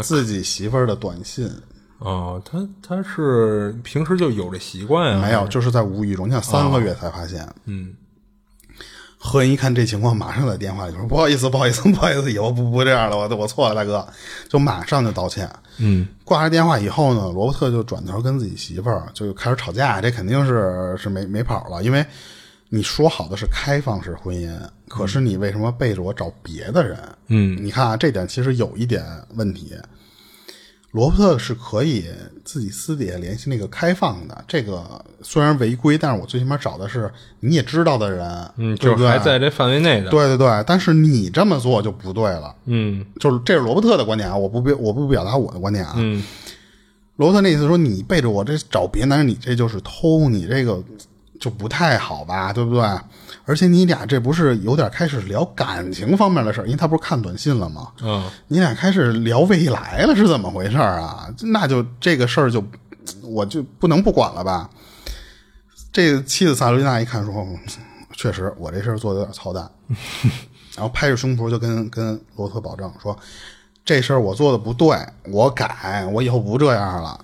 B: 自己媳妇儿的短信，
C: 哦，他他是平时就有这习惯啊，
B: 没有，就是在无意中，你想三个月才发现。
C: 嗯
B: 何恩一看这情况，马上在电话里说：“不好意思，不好意思，不好意思，以后不不这样了，我我错了，大哥。”就马上就道歉。
C: 嗯
B: 挂了电话以后呢，罗伯特就转头跟自己媳妇儿就开始吵架，这肯定是是没没跑了，因为你说好的是开放式婚姻，可是你为什么背着我找别的人？
C: 嗯
B: 你看啊，这点其实有一点问题。罗伯特是可以自己私底下联系那个开放的，这个虽然违规，但是我最起码找的是你也知道的人，
C: 嗯，
B: 对
C: 就
B: 不
C: 是
B: 对
C: 还在这范围内的，
B: 对对对，但是你这么做就不对了，
C: 嗯
B: 就是这是罗伯特的观点啊，我不表我不表达我的观点啊，
C: 嗯
B: 罗伯特那意思说，你背着我这找别男人，你这就是偷，你这个就不太好吧，对不对？而且你俩这不是有点开始聊感情方面的事儿，因为他不是看短信了吗？
C: 嗯
B: 你俩开始聊未来了，是怎么回事儿啊？那就这个事儿就我就不能不管了吧？这个妻子萨罗丽娜一看说，嗯确实我这事儿做的有点操蛋，然后拍着胸脯就跟跟罗伯特保证说，这事儿我做的不对，我改，我以后不这样了。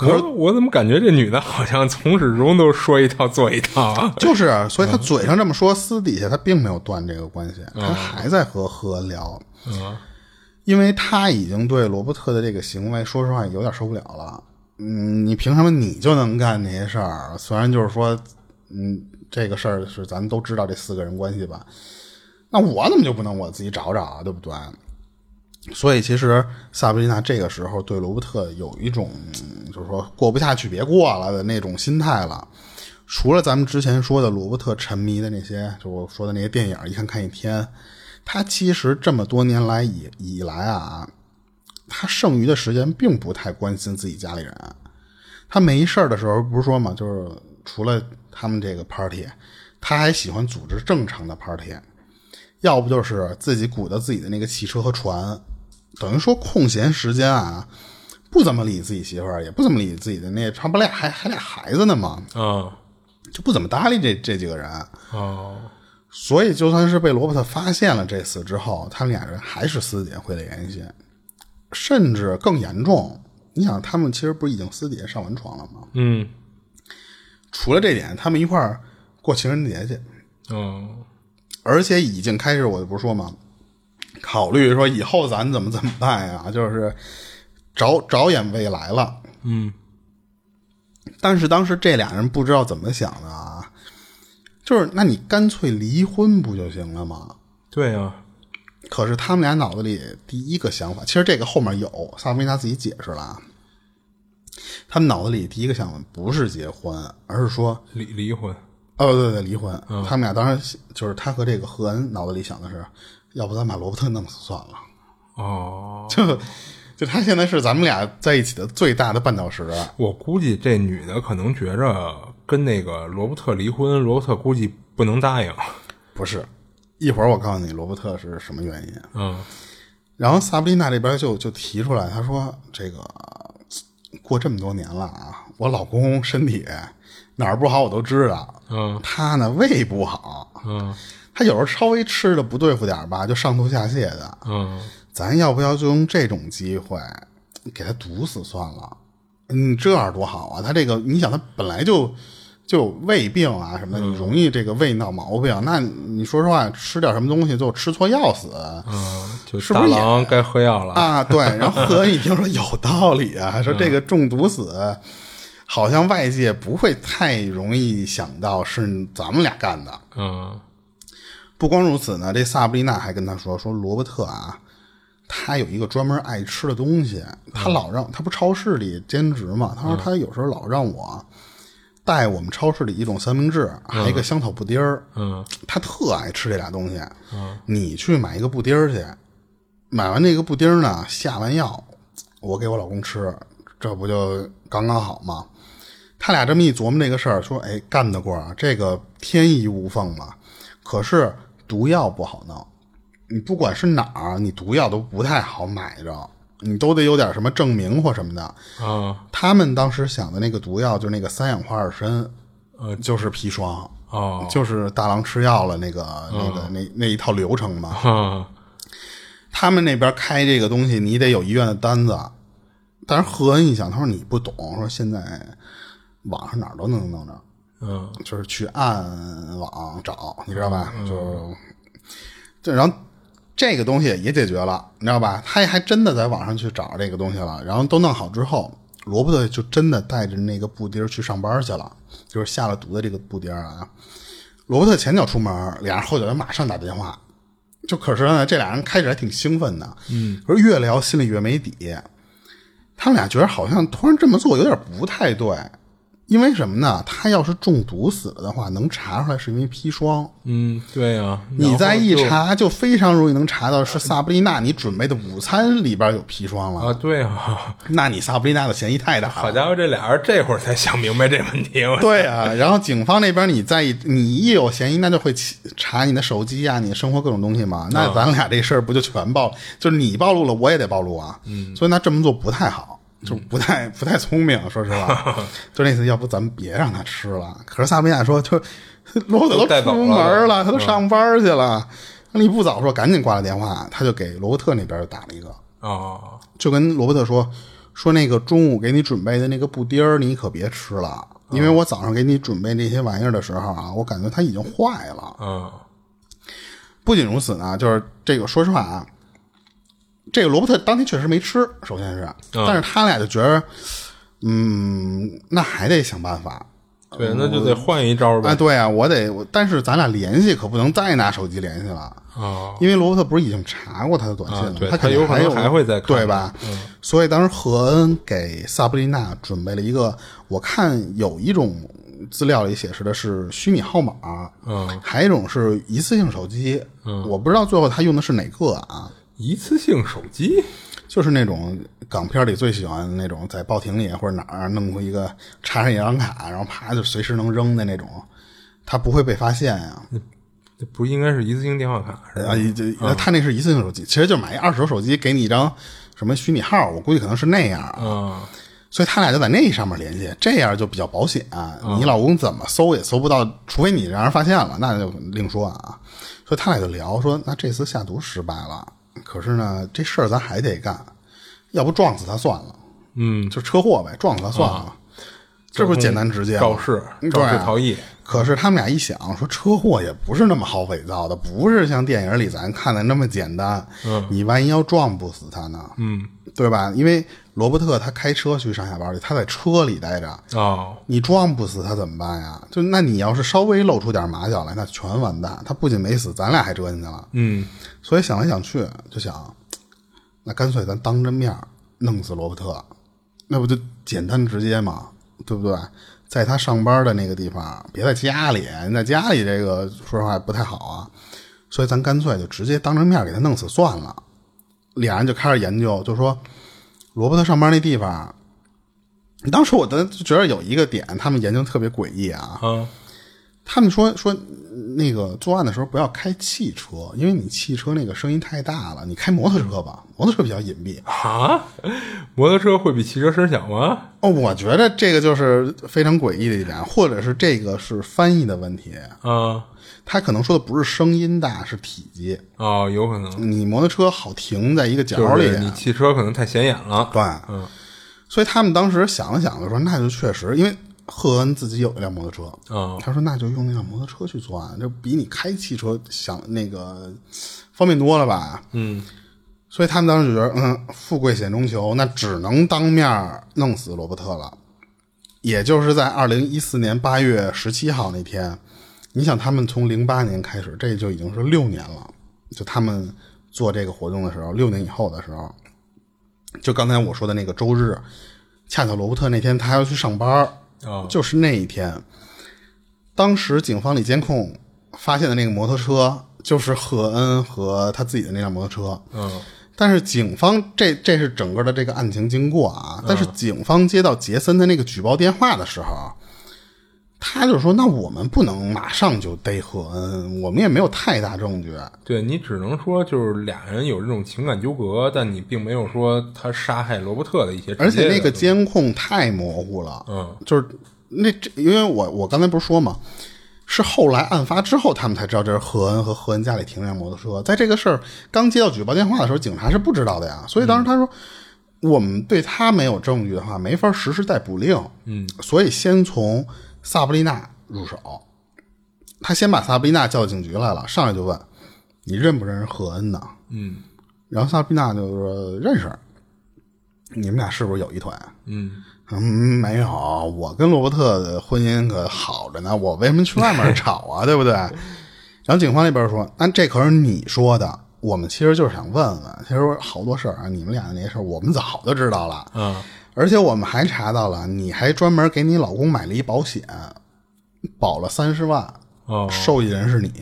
C: 我我怎么感觉这女的好像从始至终都说一套做一套啊？
B: 就是，所以他嘴上这么说，私底下他并没有断这个关系，他还在和和聊，
C: 嗯
B: 因为他已经对罗伯特的这个行为，说实话有点受不了了。嗯，你凭什么你就能干这些事儿？虽然就是说，嗯，这个事儿是咱都知道这四个人关系吧，那我怎么就不能我自己找找啊？对不对？所以其实萨布丽娜这个时候对罗伯特有一种嗯就是说过不下去别过了的那种心态了。除了咱们之前说的罗伯特沉迷的那些，就我说的那些电影，一看看一天，他其实这么多年来以以来啊，他剩余的时间并不太关心自己家里人。他没事儿的时候不是说嘛，就是除了他们这个 party，他还喜欢组织正常的 party，要不就是自己鼓捣自己的那个汽车和船，等于说空闲时间啊，不怎么理自己媳妇儿，也不怎么理自己的那，他不俩还还俩孩子呢嘛，
C: 啊
B: 就不怎么搭理这这几个人。啊
C: 哦
B: 所以就算是被罗伯特发现了这次之后，他们俩人还是私底下会联系，甚至更严重。你想，他们其实不是已经私底下上完床了吗？
C: 嗯
B: 除了这点，他们一块儿过情人节去，
C: 哦
B: 而且已经开始，我就不是说嘛，考虑说以后咱怎么怎么办呀，就是着着眼未来了。
C: 嗯
B: 但是当时这俩人不知道怎么想的啊，就是那你干脆离婚不就行了吗？
C: 对啊
B: 可是他们俩脑子里第一个想法，其实这个后面有萨维娜自己解释了啊，他们脑子里第一个想法不是结婚，而是说
C: 离离婚
B: 哦，对对，离婚。他们俩当时就是他和这个赫恩脑子里想的是，要不咱把罗伯特弄死算了。
C: 哦，
B: 就就他现在是咱们俩在一起的最大的绊脚石。啊
C: 我估计这女的可能觉着跟那个罗伯特离婚，罗伯特估计不能答应。
B: 不是，一会儿我告诉你罗伯特是什么原因。
C: 嗯
B: 然后萨布丽娜这边就就提出来，她说这个过这么多年了啊，我老公身体哪儿不好我都知道，
C: 嗯
B: 他呢胃不好，
C: 嗯
B: 他有时候稍微吃的不对付点儿吧，就上吐下泻的。
C: 嗯
B: 咱要不要就用这种机会给他毒死算了？嗯，这样多好啊！他这个，你想，他本来就就胃病啊什么的，你容易这个胃闹毛病。那你说实话，吃点什么东西就吃错药死
C: 嗯， [laughs] 就是
B: 不
C: 大
B: 是也
C: 郎该喝药了。
B: 啊？对。然后何一听说有道理啊，说这个中毒死，好像外界不会太容易想到是咱们俩干的。
C: 嗯
B: 不光如此呢，这萨布丽娜还跟他说说罗伯特啊，他有一个专门爱吃的东西，他老让他不超市里兼职嘛，他说他有时候老让我带我们超市里一种三明治，还有一个香草布丁儿，
C: 嗯
B: 他特爱吃这俩东西。你去买一个布丁儿去，买完这个布丁儿呢，下完药，我给我老公吃，这不就刚刚好吗？他俩这么一琢磨这个事儿，说：“哎，干得过啊，这个天衣无缝啊嘛。可是毒药不好弄，你不管是哪儿，你毒药都不太好买着，你都得有点什么证明或什么的。
C: 啊
B: 他们当时想的那个毒药，就是那个三氧化二砷，
C: 呃
B: 就是砒霜。
C: [laughs] 哦
B: 就是大郎吃药了那个那个那那一套流程嘛。
C: 啊
B: 他们那边开这个东西，你得有医院的单子。啊但是何恩一想，他说你不懂，说现在网上哪儿都能弄着，
C: 嗯
B: 就是去暗网找，你知道吧？就这，然后这个东西也解决了，你知道吧？他还真的在网上去找这个东西了，然后都弄好之后，罗伯特就真的带着那个布丁儿去上班去了，就是下了毒的这个布丁儿啊。罗伯特前脚出门，俩人后脚就马上打电话。就可是呢，这俩人开始还挺兴奋的，嗯，可是越聊心里越没底。他们俩觉得好像突然这么做有点不太对，因为什么呢？他要是中毒死了的话，能查出来是因为砒霜。
C: 嗯，对呀、
B: 你再
C: 在
B: 一查，就非常容易能查到是萨布丽娜你准备的午餐里边有砒霜了。
C: 啊，对啊，
B: 那你萨布丽娜的嫌疑太大
C: [laughs] 好
B: 了。
C: 家伙，这俩人这会儿才想明白这问题，我
B: 对啊，然后警方那边你再一你一有嫌疑，那就会起查你的手机啊，你生活各种东西嘛。
C: 啊
B: 那咱俩这事儿不就全暴，就是你暴露了，我也得暴露啊。嗯，所以那这么做不太好，就不
C: 嗯
B: 太不太聪明，说实
C: [laughs]
B: 话。就那次，要不咱们别让他吃了。可是萨宾亚说，就罗德
C: 都带
B: 都
C: 走
B: 出
C: 了
B: 门了，他都上班去了。那你不早说，赶紧挂了电话，他就给罗伯特那边打了一个。
C: 哦
B: 就跟罗伯特说说那个中午给你准备的那个布丁儿，你可别吃了，因为我早上给你准备这些玩意儿的时候啊，我感觉它已经坏了。
C: 嗯
B: 不仅如此呢，就是这个，说实话啊，这个罗伯特当天确实没吃，首先是，但是他俩就觉得，嗯，那还得想办法。
C: 对，那就得换一招
B: 啊，
C: 呗。
B: 对啊，我得，我但是咱俩联系可不能再拿手机联系了。
C: 哦，
B: 因为罗伯特不是已经查过他的短信了，
C: 啊对
B: 他肯定
C: 他有可能
B: 有
C: 还会再看嗯
B: 对吧？所以当时何恩给萨布丽娜准备了一个，我看有一种资料里显示的是虚拟号码，
C: 嗯，
B: 还有一种是一次性手机，我不知道最后他用的是哪个啊，
C: 一次性手机，
B: 就是那种港片里最喜欢那种在报亭里或者哪儿弄出一个插上一张卡，然后啪就随时能扔的那种，他不会被发现啊呀、
C: 这不应该是一次性电话卡是吧？
B: 啊，就他那是一次性手机，其实就买一二手手机，给你一张什么虚拟号，我估计可能是那样啊，
C: 啊，
B: 所以他俩就在那上面联系，这样就比较保险、啊你老公怎么搜也搜不到，除非你让人发现了，那就另说啊。所以他俩就聊说，那这次下毒失败了，可是呢，这事儿咱还得干，要不撞死他算了，
C: 嗯，
B: 就车祸呗，撞死他算了，这啊不是简单直接吗嗯
C: 肇事，
B: 对啊
C: 肇事逃逸，
B: 可是他们俩一想，说车祸也不是那么好伪造的，不是像电影里咱看的那么简单。嗯，你万一要撞不死他呢？
C: 嗯，
B: 对吧？因为罗伯特他开车去上下班去，他在车里待着，
C: 哦，
B: 你撞不死他怎么办呀？就那你要是稍微露出点马脚来，那全完蛋。他不仅没死，咱俩还折进去了。
C: 嗯，
B: 所以想来想去，就想，那干脆咱当着面儿弄死罗伯特，那不就简单直接嘛，对不对？在他上班的那个地方，别在家里，你在家里这个说实话不太好啊。所以咱干脆就直接当着面给他弄死算了。俩人就开始研究，就说罗伯特上班那地方。当时我的就觉得有一个点，他们研究特别诡异啊，
C: 啊，
B: 他们说说那个作案的时候不要开汽车，因为你汽车那个声音太大了，你开摩托车吧，摩托车比较隐蔽。
C: 啊， [laughs] 摩托车会比汽车声响吗？
B: 哦，我觉得这个就是非常诡异的一点，或者是这个是翻译的问题，
C: 啊，
B: 他可能说的不是声音大，是体积。
C: 哦，有可能，
B: 你摩托车好停在一个角
C: 就
B: 里，啊
C: 是你汽车可能太显眼了，
B: 对，
C: 嗯，
B: 所以他们当时想了想，就说那就确实，因为赫恩自己有一辆摩托车，
C: 啊，
B: 他说：“那就用那辆摩托车去作案，这比你开汽车想那个方便多了吧？”
C: 嗯，
B: 所以他们当时就觉得，嗯，富贵险中求，那只能当面弄死罗伯特了。也就是在二零一四年八月十七号那天，你想，他们从零八年开始，这就已经是六年了。就他们做这个活动的时候，六年以后的时候，就刚才我说的那个周日，恰巧罗伯特那天他要去上班儿，
C: 哦，
B: 就是那一天，当时警方里监控发现的那个摩托车就是赫恩和他自己的那辆摩托车。
C: 嗯，
B: 但是警方这这是整个的这个案情经过啊。但是警方接到杰森的那个举报电话的时候，他就说：“那我们不能马上就逮赫恩，我们也没有太大证据。”
C: 对你只能说就是俩人有这种情感纠葛，但你并没有说他杀害罗伯特的一些直接的，
B: 而且那个监控太模糊了，
C: 嗯，
B: 就是那这，因为我我刚才不是说嘛，是后来案发之后他们才知道这是赫恩和赫恩家里停辆摩托车，在这个事儿刚接到举报电话的时候，警察是不知道的呀，所以当时他说。我们对他没有证据的话，没法实施逮捕令。嗯，所以先从萨布丽娜入手。他先把萨布丽娜叫到警局来了，上来就问：“你认不认识赫恩呢？”
C: 嗯
B: 然后萨布丽娜就说：“认识。”你们俩是不是有一腿？
C: 嗯
B: 嗯，没有，我跟罗伯特的婚姻可好着呢，我为什么去外面吵啊？对不对？然后警方那边说，那这可是你说的，我们其实就是想问问，其实好多事儿啊，你们俩的那些事儿，我们早就知道了，
C: 啊
B: 而且我们还查到了，你还专门给你老公买了一保险，保了三十万，
C: 哦
B: 受益人是你。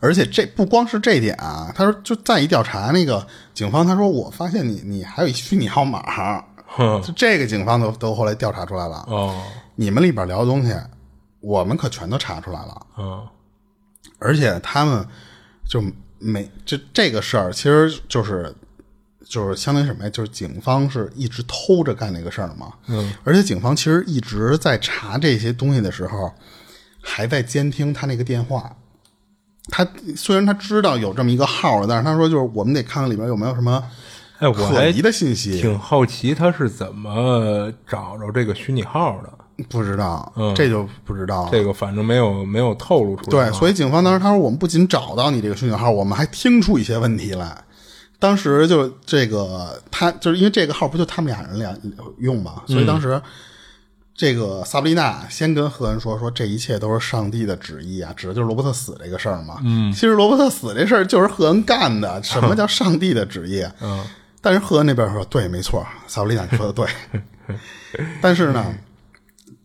B: 而且这不光是这一点啊，他说就再一调查，那个警方他说我发现你你还有一虚拟号码，
C: 哼
B: 就这个警方都都后来调查出来了，
C: 哦
B: 你们里边聊的东西，我们可全都查出来了，
C: 哦
B: 而且他们就没这这个事儿，其实就是就是相当于什么呀？就是警方是一直偷着干这个事儿嘛，嗯，而且警方其实一直在查这些东西的时候，还在监听他那个电话。他虽然他知道有这么一个号了，但是他说就是我们得看看里边有没有什么
C: 哎，我
B: 可
C: 还
B: 疑的信息，
C: 挺好奇他是怎么找着这个虚拟号的，
B: 不知道，这就不知道了。
C: 嗯这个反正没有没有透露出来
B: 对
C: 啊。，
B: 所以警方当时他说，我们不仅找到你这个虚拟号，我们还听出一些问题来。当时就这个他就是因为这个号不就他们俩人俩用嘛，所以当时这个萨布丽娜先跟赫恩说说这一切都是上帝的旨意啊，指的就是罗伯特死这个事儿嘛。嗯，其实罗伯特死这事儿就是赫恩干的，什么叫上帝的旨意？嗯，但 [laughs] 是赫恩那边说对，没错，萨布丽娜说的对，但是呢。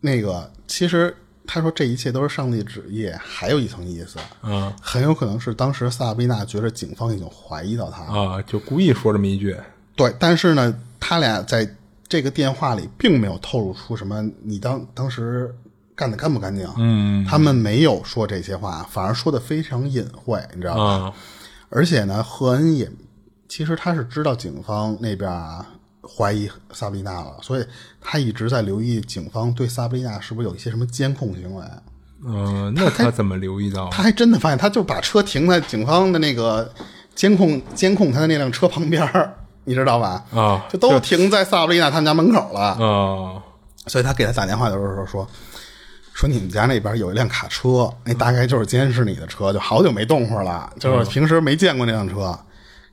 B: 那个其实他说这一切都是上帝旨意，还有一层意思，
C: 啊
B: 很有可能是当时萨布丽娜觉得警方已经怀疑到他了，
C: 啊，就故意说这么一句，
B: 对，但是呢，他俩在这个电话里并没有透露出什么你当当时干的干不干净，嗯，他们没有说这些话，反而说的非常隐晦，你知道吧？
C: 啊
B: 而且呢，赫恩也其实他是知道警方那边啊怀疑萨布丽娜了，所以他一直在留意警方对萨布丽娜是不是有一些什么监控行为。
C: 嗯、那他怎么留意到？
B: 他还真的发现，他就把车停在警方的那个 [laughs] 监控监控他的那辆车旁边儿 [laughs] 你知道吧？
C: 啊
B: 就都停在萨布丽娜他们家门口了。
C: 啊
B: 所以他给他打电话的时候说：“说你们家那边有一辆卡车，那大概就是监视你的车，就好久没动活了，就是平时没见过那辆车。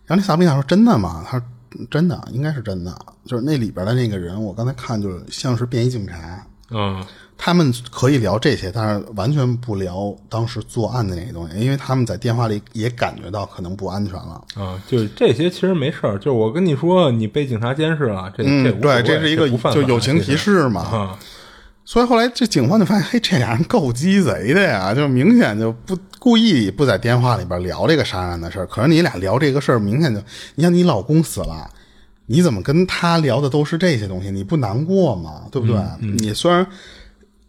B: 然后那萨布丽娜说：“真的吗？”他说：“真的，应该是真的。就是那里边的那个人，我刚才看就是像是便衣警察，
C: 嗯
B: 他们可以聊这些，但是完全不聊当时作案的那些东西，因为他们在电话里也感觉到可能不安全了。
C: 啊，就这些其实没事儿，就是我跟你说，你被警察监视了，这、这
B: 嗯，
C: 无所
B: 对，
C: 谓
B: 这是一个
C: 不犯
B: 就
C: 法
B: 友情提示嘛。
C: 这是啊
B: 所以后来这警方就发现，嘿，这俩人够鸡贼的呀，就明显就不故意不在电话里边聊这个杀人案的事儿。可是你俩聊这个事儿，明显就，你像你老公死了，你怎么跟他聊的都是这些东西？你不难过吗？对不对？
C: 嗯
B: 你虽然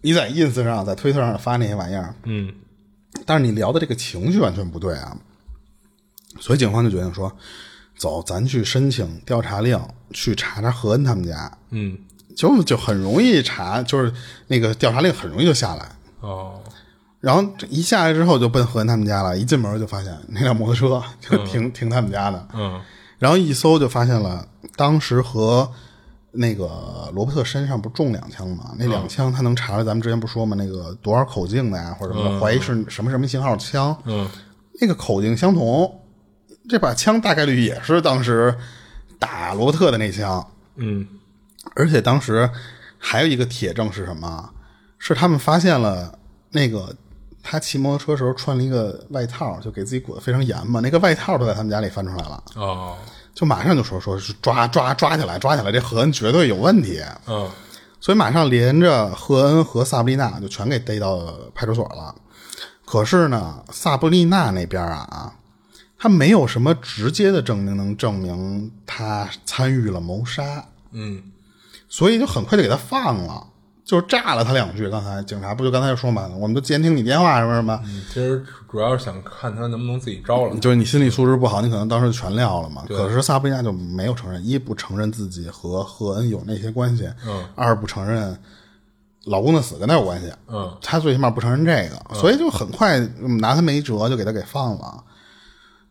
B: 你在 ins 上、在推特上发那些玩意儿，
C: 嗯
B: 但是你聊的这个情绪完全不对啊。所以警方就决定说，走，咱去申请调查令，去查查何恩他们家。
C: 嗯
B: 就就很容易查，就是那个调查令很容易就下来。
C: 哦
B: 然后这一下来之后就奔何恩他们家了，一进门就发现那辆摩托车就停、停他们家的，
C: 嗯
B: 然后一搜就发现了当时和那个罗伯特身上不是中两枪吗？那两枪他能查出，咱们之前不说吗？那个多少口径的呀，或者什么怀疑是什么什么型号枪，
C: 嗯
B: 那个口径相同，这把枪大概率也是当时打罗伯特的那枪。
C: 嗯
B: 而且当时还有一个铁证是什么？是他们发现了那个他骑摩托车时候穿了一个外套，就给自己裹得非常严嘛。那个外套都在他们家里翻出来了，
C: 哦
B: 就马上就说说是抓抓抓起来抓起来，这何恩绝对有问题。
C: 嗯
B: 所以马上连着赫恩和萨布丽娜就全给逮到派出所了。可是呢，萨布丽娜那边啊，他没有什么直接的证明能证明他参与了谋杀。
C: 嗯
B: 所以就很快就给他放了，就是炸了他两句。刚才警察不就刚才就说嘛，我们都监听你电话什么什么，
C: 嗯，其实主要是想看他能不能自己招了。
B: 就是你心理素质不好，你可能当时就全撂了嘛。
C: 对
B: 可是萨布丽娜就没有承认，一不承认自己和赫恩有那些关系，
C: 嗯
B: 二不承认老公的死跟他有关系，
C: 嗯
B: 她最起码不承认这个，所以就很快嗯拿他没辙，就给他给放了。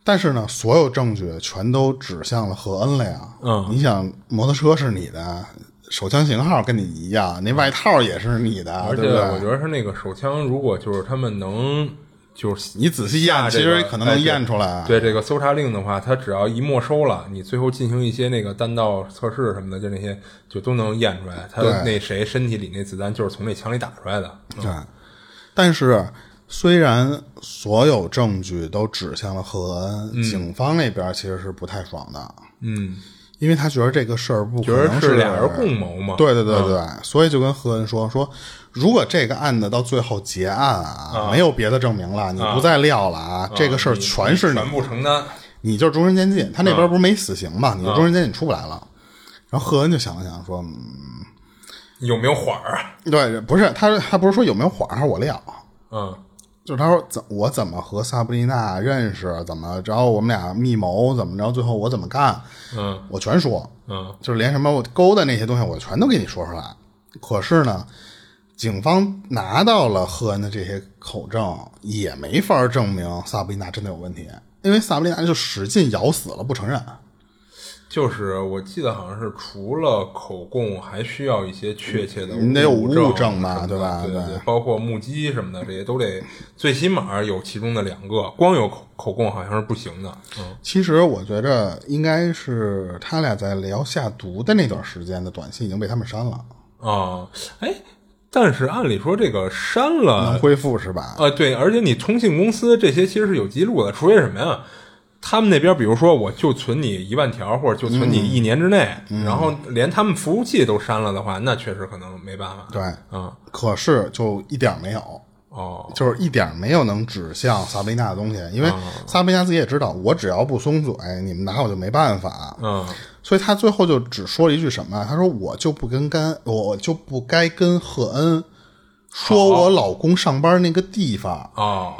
B: 但是呢，所有证据全都指向了何恩了呀。
C: 嗯
B: 你想，摩托车是你的，手枪型号跟你一样，那外套也是你的，
C: 而
B: 啊
C: 且
B: 对不
C: 我
B: 对
C: 觉？得他那个手枪，如果就是他们能就是
B: 你仔细验，
C: 下
B: 其
C: 这个哎
B: 实可能能验出来。啊
C: 对这个搜查令的话，他只要一没收了，你最后进行一些那个弹道测试什么的，就那些就都能验出来，他
B: 对
C: 那谁身体里那子弹就是从那枪里打出来的。
B: 对，但是虽然所有证据都指向了何恩，警方那边其实是不太爽的，
C: 嗯，
B: 因为他觉得这个事儿不可
C: 觉得
B: 能
C: 是俩人共谋嘛？嗯
B: 对对对对，所以就跟何恩说说，如果这个案子到最后结案啊，没有别的证明了，你不再撂了啊，这个事儿全是你，
C: 全部啊承担。
B: 你就是终身监禁。他那边不是没死刑嘛，你就终身
C: 啊
B: 监禁出不来了。然后何恩就想了想说，嗯
C: 有没有缓儿啊？
B: 对，不是他，他不是说有没有谎，还是我撂。啊
C: 嗯
B: 就是他说怎我怎么和萨布丽娜认识，怎么着我们俩密谋，怎么着最后我怎么干，
C: 嗯
B: 我全说。
C: 嗯
B: 就是连什么我勾的那些东西，我全都给你说出来。可是呢，警方拿到了赫恩的这些口证，也没法证明萨布丽娜真的有问题，因为萨布丽娜就使劲咬死了不承认。
C: 就是我记得好像是除了口供，还需要一些确切的
B: 你得嗯有物
C: 证
B: 证吧
C: 什么的
B: 对吧
C: 对
B: 对
C: 对，包括目击什么的，这些都得最起码有其中的两个，光有口口供好像是不行的。嗯
B: 其实我觉着应该是他俩在聊下毒的那段时间的短信已经被他们删了，
C: 啊，哎，但是按理说这个删了
B: 嗯能恢复是吧？
C: 呃啊，对，而且你通信公司这些其实是有记录的，除非什么呀？他们那边，比如说，我就存你一万条，或者就存你一年之内，
B: 嗯
C: 然后连他们服务器都删了的话，那确实可能没办法。
B: 对，
C: 嗯，
B: 可是就一点儿没有，
C: 哦，啊
B: 就是一点儿没有能指向萨贝纳的东西，因为萨贝纳自己也知道，我只要不松嘴，你们拿我就没办法，
C: 嗯，
B: 所以他最后就只说了一句什么啊，他说我就不跟甘，我就不该跟赫恩说我老公上班那个地方，
C: 哦，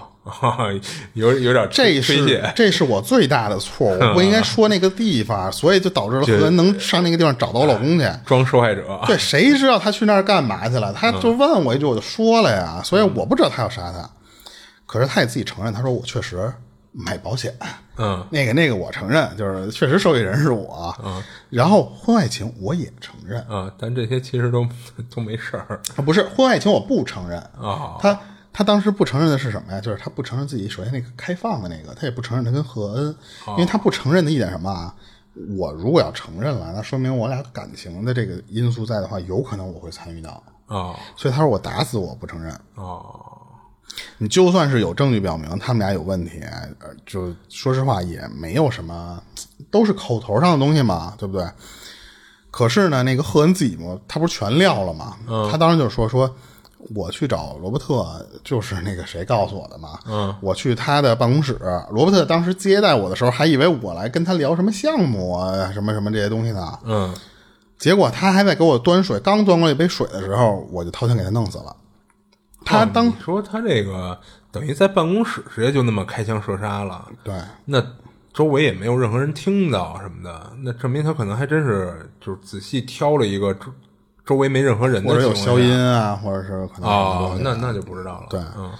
C: 有有点
B: 这
C: [laughs] 推
B: 是
C: 卸，
B: 这是我最大的错，
C: [laughs]
B: 我不应该说那个地方，所以就导致了赫恩能上那个地方找到我老公去。
C: 装受害者。
B: 对，谁知道他去那儿干嘛去了？他就问我一句，我就说了呀。所以我不知道他要杀他，可是他也自己承认，他说我确实买保险，
C: 嗯
B: 那个那个我承认，就是确实受益人是我。然后婚外情我也承认，
C: 嗯，但这些其实都都没事儿。
B: 啊不是婚外情我不承认。
C: 哦，
B: 他他当时不承认的是什么呀？就是他不承认自己首先那个开放的那个，他也不承认他跟何恩，因为他不承认的一点什么啊？我如果要承认了，那说明我俩感情的这个因素在的话，有可能我会参与到。
C: 哦，
B: 所以他说我打死我不承认。
C: 哦，
B: 你就算是有证据表明他们俩有问题，呃就说实话也没有什么，都是口头上的东西嘛，对不对？可是呢，那个赫恩自己嘛，他不是全撂了嘛？他当时就说说，我去找罗伯特，就是那个谁告诉我的嘛。
C: 嗯，
B: 我去他的办公室，罗伯特当时接待我的时候，还以为我来跟他聊什么项目啊，什么什么这些东西呢。
C: 嗯，
B: 结果他还在给我端水，刚端过一杯水的时候，我就掏钱给他弄死了。他
C: 哦
B: 当、
C: 你说他这个等于在办公室直接就那么开枪射杀了，
B: 对
C: 那周围也没有任何人听到什么的，那证明他可能还真是就是仔细挑了一个周周围没任何人的
B: 或者有
C: 情
B: 消
C: 况下
B: 音啊，或者是可能
C: 哦，
B: 有
C: 那那就不知道了。
B: 对
C: 嗯，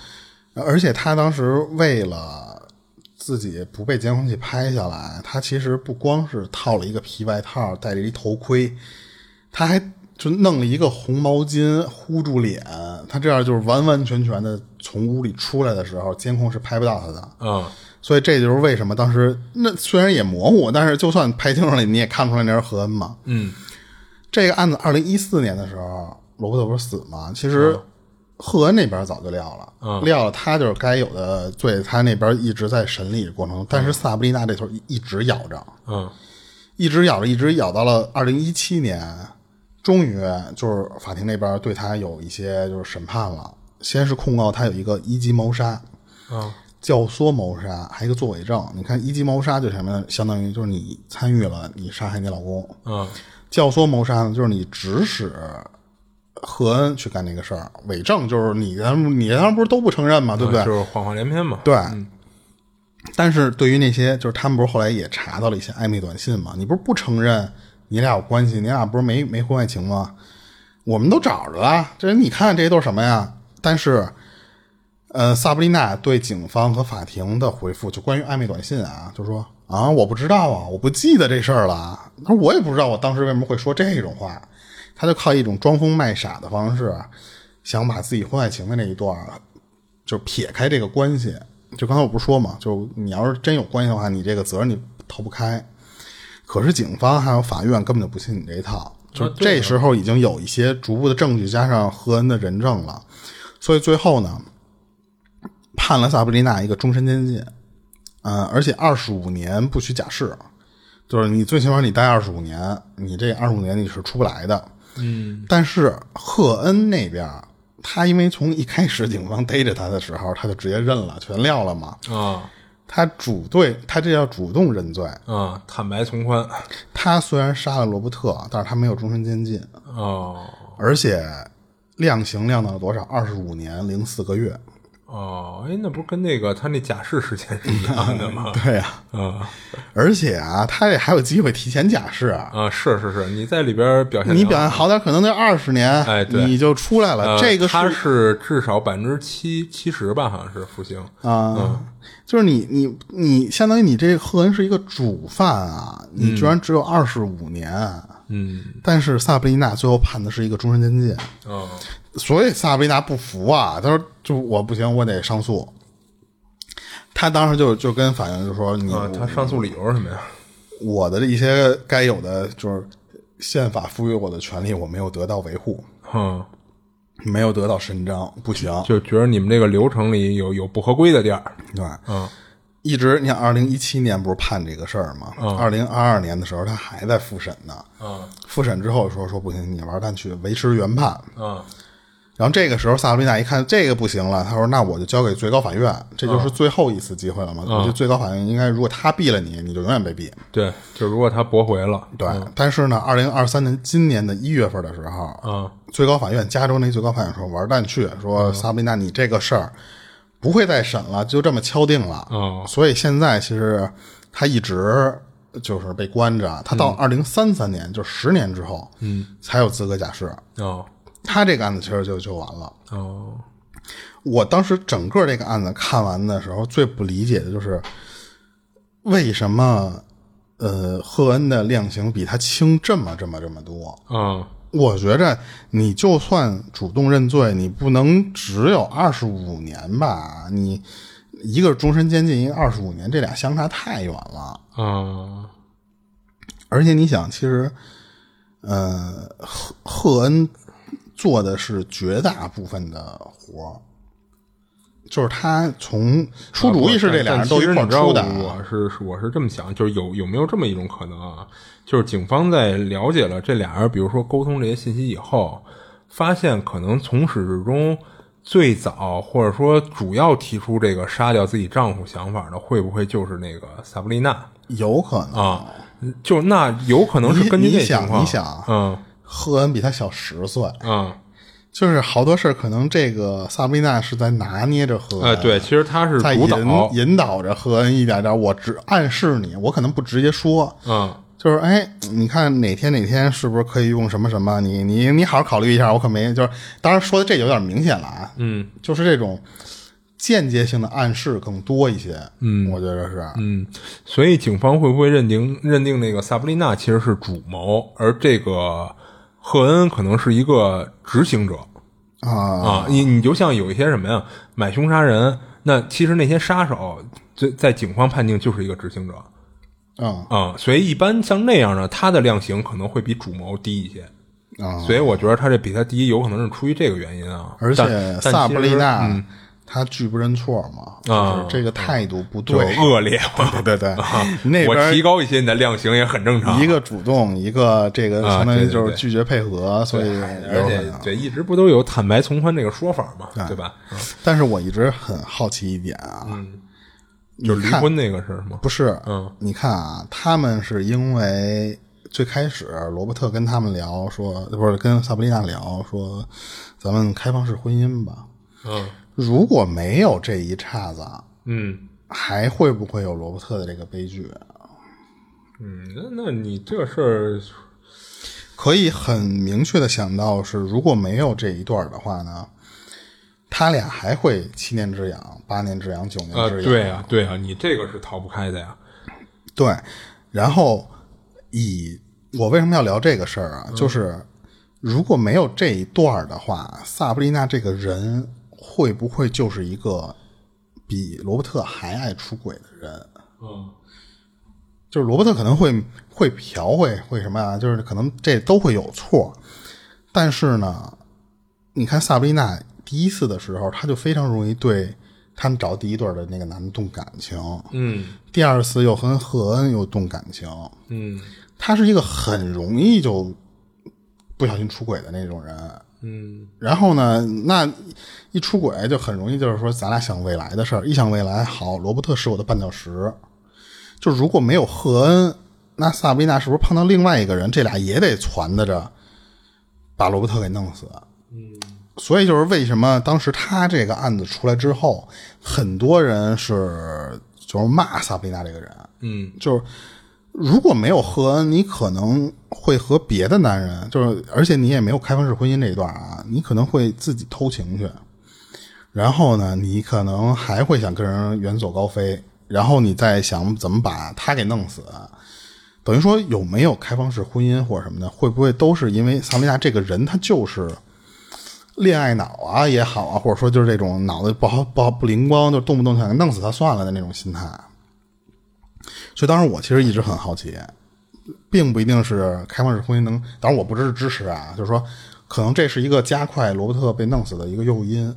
B: 而且他当时为了自己不被监控器拍下来，他其实不光是套了一个皮外套，戴着一头盔，他还就弄了一个红毛巾糊住脸。他这样就是完完全全的从屋里出来的时候，监控是拍不到他的。
C: 嗯，
B: 所以这就是为什么当时那虽然也模糊，但是就算拍清楚了，你也看不出来那是何恩嘛。
C: 嗯，
B: 这个案子二零一四年的时候，罗伯特不是死吗？其实赫恩那边早就撂了，撂了他就是该有的罪，他那边一直在审理的过程中，但是萨布丽娜这头一一直咬着，
C: 嗯，
B: 一直咬着，一直咬到了二零一七年，终于就是法庭那边对他有一些就是审判了，先是控告他有一个一级谋杀，
C: 嗯，
B: 教唆谋杀，还有一个作伪证。你看一级谋杀就什么呢，相当于就是你参与了你杀害你老公，
C: 嗯，
B: 教唆谋杀呢，就是你指使何恩去干这个事儿；伪证就是你，咱们你当时不是都不承认嘛，对不对？
C: 就是谎话连篇嘛。
B: 对。嗯但是对于那些，就是他们不是后来也查到了一些暧昧短信嘛？你不是不承认你俩有关系，你俩不是没没婚外情吗？我们都找着了，这你看这些都是什么呀？但是，呃，萨布丽娜对警方和法庭的回复，就关于暧昧短信啊，就说啊，我不知道啊，我不记得这事儿了啊。他说我也不知道我当时为什么会说这种话，他就靠一种装疯卖傻的方式，想把自己婚外情的那一段儿就撇开这个关系。就刚才我不是说嘛，就你要是真有关系的话，你这个责任你逃不开。可是警方还有法院根本就不信你这一套，就
C: 啊对啊
B: 这时候已经有一些逐步的证据，加上赫恩的人证了，所以最后呢，判了萨布丽娜一个终身监禁，嗯、而且二十五年不许假释，就是你最起码你待二十五年，你这二十五年你是出不来的。嗯，但是赫恩那边儿，他因为从一开始警方逮着他的时候，他就直接认了，全撂了嘛。
C: 啊
B: 他主对，他这叫主动认罪。
C: 啊，坦白从宽。
B: 他虽然杀了罗伯特，但是他没有终身监禁，
C: 哦
B: 而且量刑量到了多少？二十五年零四个月。
C: 哦，哎，那不是跟那个他那假释事件是一样
B: [laughs]
C: 的吗？
B: 对呀、
C: 啊
B: 而且啊，他这还有机会提前假释啊。
C: 啊，是是是，你在里边表现
B: 你表
C: 良好
B: 现好点，可能就二十年，
C: 哎对
B: 你就出来了。
C: 呃
B: 这个数
C: 他是至少百分之七七十吧，好像是服刑。
B: 啊、
C: 嗯
B: 就是你你你，相当于你这赫恩是一个主犯啊，你居然只有二十五年，啊
C: 嗯，
B: 但是萨布丽娜最后判的是一个终身监禁，
C: 哦，
B: 所以萨布丽娜不服啊，她说就我不行，我得上诉。她当时就就跟法院就说你、
C: 啊，他上诉理由是什么呀？
B: 我的一些该有的就是宪法赋予我的权利，我没有得到维护，哦
C: 嗯，
B: 没有得到伸张，不行。
C: 就觉得你们这个流程里有有不合规的地儿。
B: 对，
C: 嗯，
B: 一直你看，二零一七年不是判这个事儿吗？二零二二年的时候，他还在复审呢。
C: 啊
B: 复审之后说说不行，你玩蛋去维持原判。
C: 啊
B: 然后这个时候，萨布丽娜一看这个不行了，他说：“那我就交给最高法院，这就是最后一次机会了嘛。我觉得最高法院应该，如果他毙了你，你就永远被毙。
C: 对，就如果他驳回了，
B: 对，但是呢，二零二三年今年的一月份的时候，
C: 啊
B: 最高法院加州那最高法院说玩蛋去，说萨布丽娜你这个事儿不会再审了，就这么敲定了。
C: 哦
B: 所以现在其实他一直就是被关着，他到二零三三年，就十年之后，嗯，才有资格假释。
C: 哦
B: 他这个案子其实就就完了。
C: 哦
B: 我当时整个这个案子看完的时候，最不理解的就是为什么呃赫恩的量刑比他轻这么这么这么多。
C: 啊
B: 我觉着你就算主动认罪，你不能只有二十五年吧？你一个是终身监禁，一个二十五年，这俩相差太远了。
C: 啊
B: 而且你想，其实，呃，赫赫恩做的是绝大部分的活儿，就是他从
C: 啊
B: 出主意是这俩人都一块儿出的
C: 但其实你知道
B: 啊，
C: 我是是我是这么想，就是有有没有这么一种可能啊？就是警方在了解了这俩人，比如说沟通这些信息以后，发现可能从始至终最早或者说主要提出这个杀掉自己丈夫想法的，会不会就是那个萨布丽娜
B: 有可能。
C: 啊？就那有可能是根据
B: 哦你
C: 这
B: 你想
C: 情况，
B: 你想
C: 嗯
B: 赫恩比他小十岁，
C: 嗯。
B: 就是好多事儿，可能这个萨布丽娜是在拿捏着赫
C: 呃，
B: 恩，
C: 对，其实他是
B: 在
C: 主
B: 引
C: 导，
B: 引导着赫恩一点点，我只暗示你，我可能不直接说，
C: 嗯
B: 就是哎，你看哪天哪天是不是可以用什么什么？你你你好好考虑一下，我可没就是，当然说的这有点明显了啊，
C: 嗯
B: 就是这种间接性的暗示更多一些，嗯，我觉得是，
C: 嗯，所以警方会不会认定认定那个萨布丽娜其实是主谋，而这个赫恩可能是一个执行者
B: 啊，
C: 啊？你你就像有一些什么呀，买凶杀人，那其实那些杀手在在警方判定就是一个执行者
B: 嗯
C: 啊，所以一般像那样的，他的量刑可能会比主谋低一些。
B: 啊，
C: 所以我觉得他这比他低，有可能是出于这个原因啊。
B: 而且
C: 但但
B: 萨
C: 其
B: 布丽
C: 实嗯
B: 娜、她拒不认错嘛，
C: 啊
B: 就是这个态度不
C: 就
B: 对，
C: 恶劣，我
B: 对对对，那边
C: 我
B: 儿
C: 提高一些你的量刑也很正常。
B: 一个主动，一个这个
C: 啊
B: 相当
C: 对
B: 于
C: 对
B: 就是
C: 对
B: 拒绝配合，所以
C: 而
B: 有可
C: 且
B: 能。
C: 对，一直不都有坦白从宽这个说法嘛，对吧？
B: 但是我一直很好奇一点啊，
C: 嗯就是离婚那个事儿吗？
B: 不是，
C: 嗯，
B: 你看啊，他们是因为最开始罗伯特跟他们聊说，不是跟萨布丽娜聊说，咱们开放式婚姻吧。
C: 嗯
B: 如果没有这一岔子，
C: 嗯
B: 还会不会有罗伯特的这个悲剧？
C: 嗯，那那你这个事儿，
B: 可以很明确的想到是，如果没有这一段的话呢，他俩还会七年之痒、八年之痒、九年
C: 呃
B: 之，痒。
C: 对啊对啊，你这个是逃不开的呀。
B: 对，然后以我为什么要聊这个事儿啊？就是如果没有这一段儿的话，萨布丽娜这个人会不会就是一个比罗伯特还爱出轨的人？
C: 嗯
B: 就是罗伯特可能会会嫖，会会什么啊？就是可能这都会有错，但是呢，你看萨布丽娜第一次的时候，她就非常容易对他们找第一对儿的那个男的动感情，
C: 嗯
B: 第二次又和赫恩又动感情，
C: 嗯
B: 他是一个很容易就不小心出轨的那种人。
C: 嗯
B: 然后呢，那一出轨就很容易就是说，咱俩想未来的事儿，一想未来，好，罗伯特是我的绊脚石。就如果没有赫恩，那萨维娜是不是碰到另外一个人，这俩也得攒的着把罗伯特给弄死？所以就是为什么当时他这个案子出来之后，很多人是就是骂萨维娜这个人，
C: 嗯
B: 就是如果没有赫恩，你可能会和别的男人，就是而且你也没有开放式婚姻这一段啊，你可能会自己偷情去，然后呢，你可能还会想跟人远走高飞，然后你再想怎么把他给弄死。等于说有没有开放式婚姻或者什么的，会不会都是因为萨维亚这个人他就是恋爱脑啊也好啊，或者说就是这种脑子不好不好不灵光，就动不动想弄死他算了的那种心态。啊所以当时我其实一直很好奇，并不一定是开放式婚姻能，当然我不是支持啊，就是说可能这是一个加快罗伯特被弄死的一个诱因。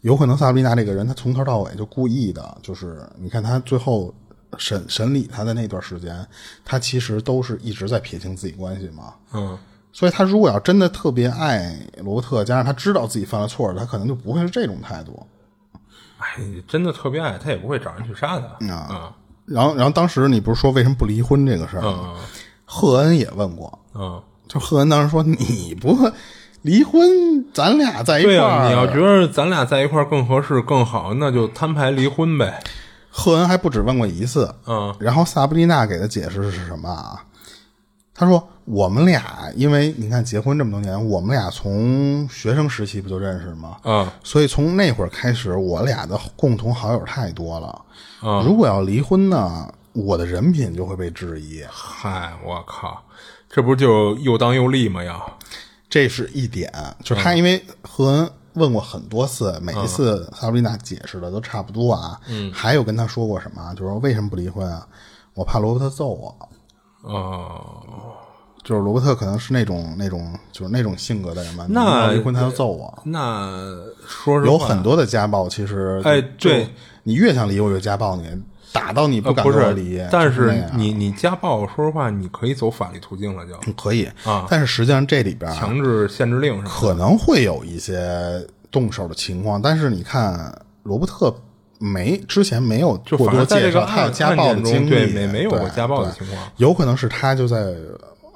B: 有可能萨布丽娜这个人，她从头到尾就故意的，就是你看她最后审审理她的那段时间，她其实都是一直在撇清自己关系嘛。
C: 嗯，
B: 所以她如果要真的特别爱罗伯特，加上她知道自己犯了错，她可能就不会是这种态度。
C: 哎，真的特别爱他也不会找人去杀他啊
B: 然后，然后当时你不是说为什么不离婚这个事儿吗？
C: 啊
B: 赫恩也问过，
C: 啊！
B: 就赫恩当时说：“你不离婚，咱俩在一块
C: 对
B: 儿。
C: 啊，你要觉得咱俩在一块儿更合适更好，那就摊牌离婚呗。
B: 赫恩还不止问过一次。
C: 嗯
B: 然后萨布丽娜给的解释是什么啊？她说：“我们俩因为你看结婚这么多年，我们俩从学生时期不就认识吗？
C: 啊
B: 所以从那会儿开始，我俩的共同好友太多了。
C: 嗯
B: 如果要离婚呢，我的人品就会被质疑，
C: 嗨，我靠，这不就又当又立吗？要
B: 这是一点。就是
C: 嗯
B: 他因为赫恩问过很多次，每一次萨布丽娜解释的都差不多啊。嗯，还有跟他说过什么啊，就是说为什么不离婚啊？我怕罗伯特揍我。
C: 哦，
B: 就是罗伯特可能是那种那种就是那种性格的人嘛，
C: 那
B: 你跟我离婚他就揍我，
C: 那说实话，
B: 有很多的家暴其实
C: 哎
B: 就
C: 对，
B: 你越想离我越家暴你，打到你不敢
C: 呃不
B: 跟我
C: 是
B: 离，就，
C: 但
B: 是那
C: 是
B: 样嗯
C: 你你家暴，说实话，你可以走法律途径了，就
B: 可以
C: 啊
B: 但是实际上这里边啊儿
C: 强制限制令什么
B: 可能会有一些动手的情况，但是你看罗伯特没之前没有
C: 就
B: 过
C: 反而
B: 多
C: 在这
B: 介
C: 个
B: 绍他有
C: 案
B: 家暴
C: 案
B: 的
C: 件
B: 经
C: 中
B: 历，
C: 对没没有过
B: 对
C: 家暴的
B: 对
C: 情况
B: 有可能是他就在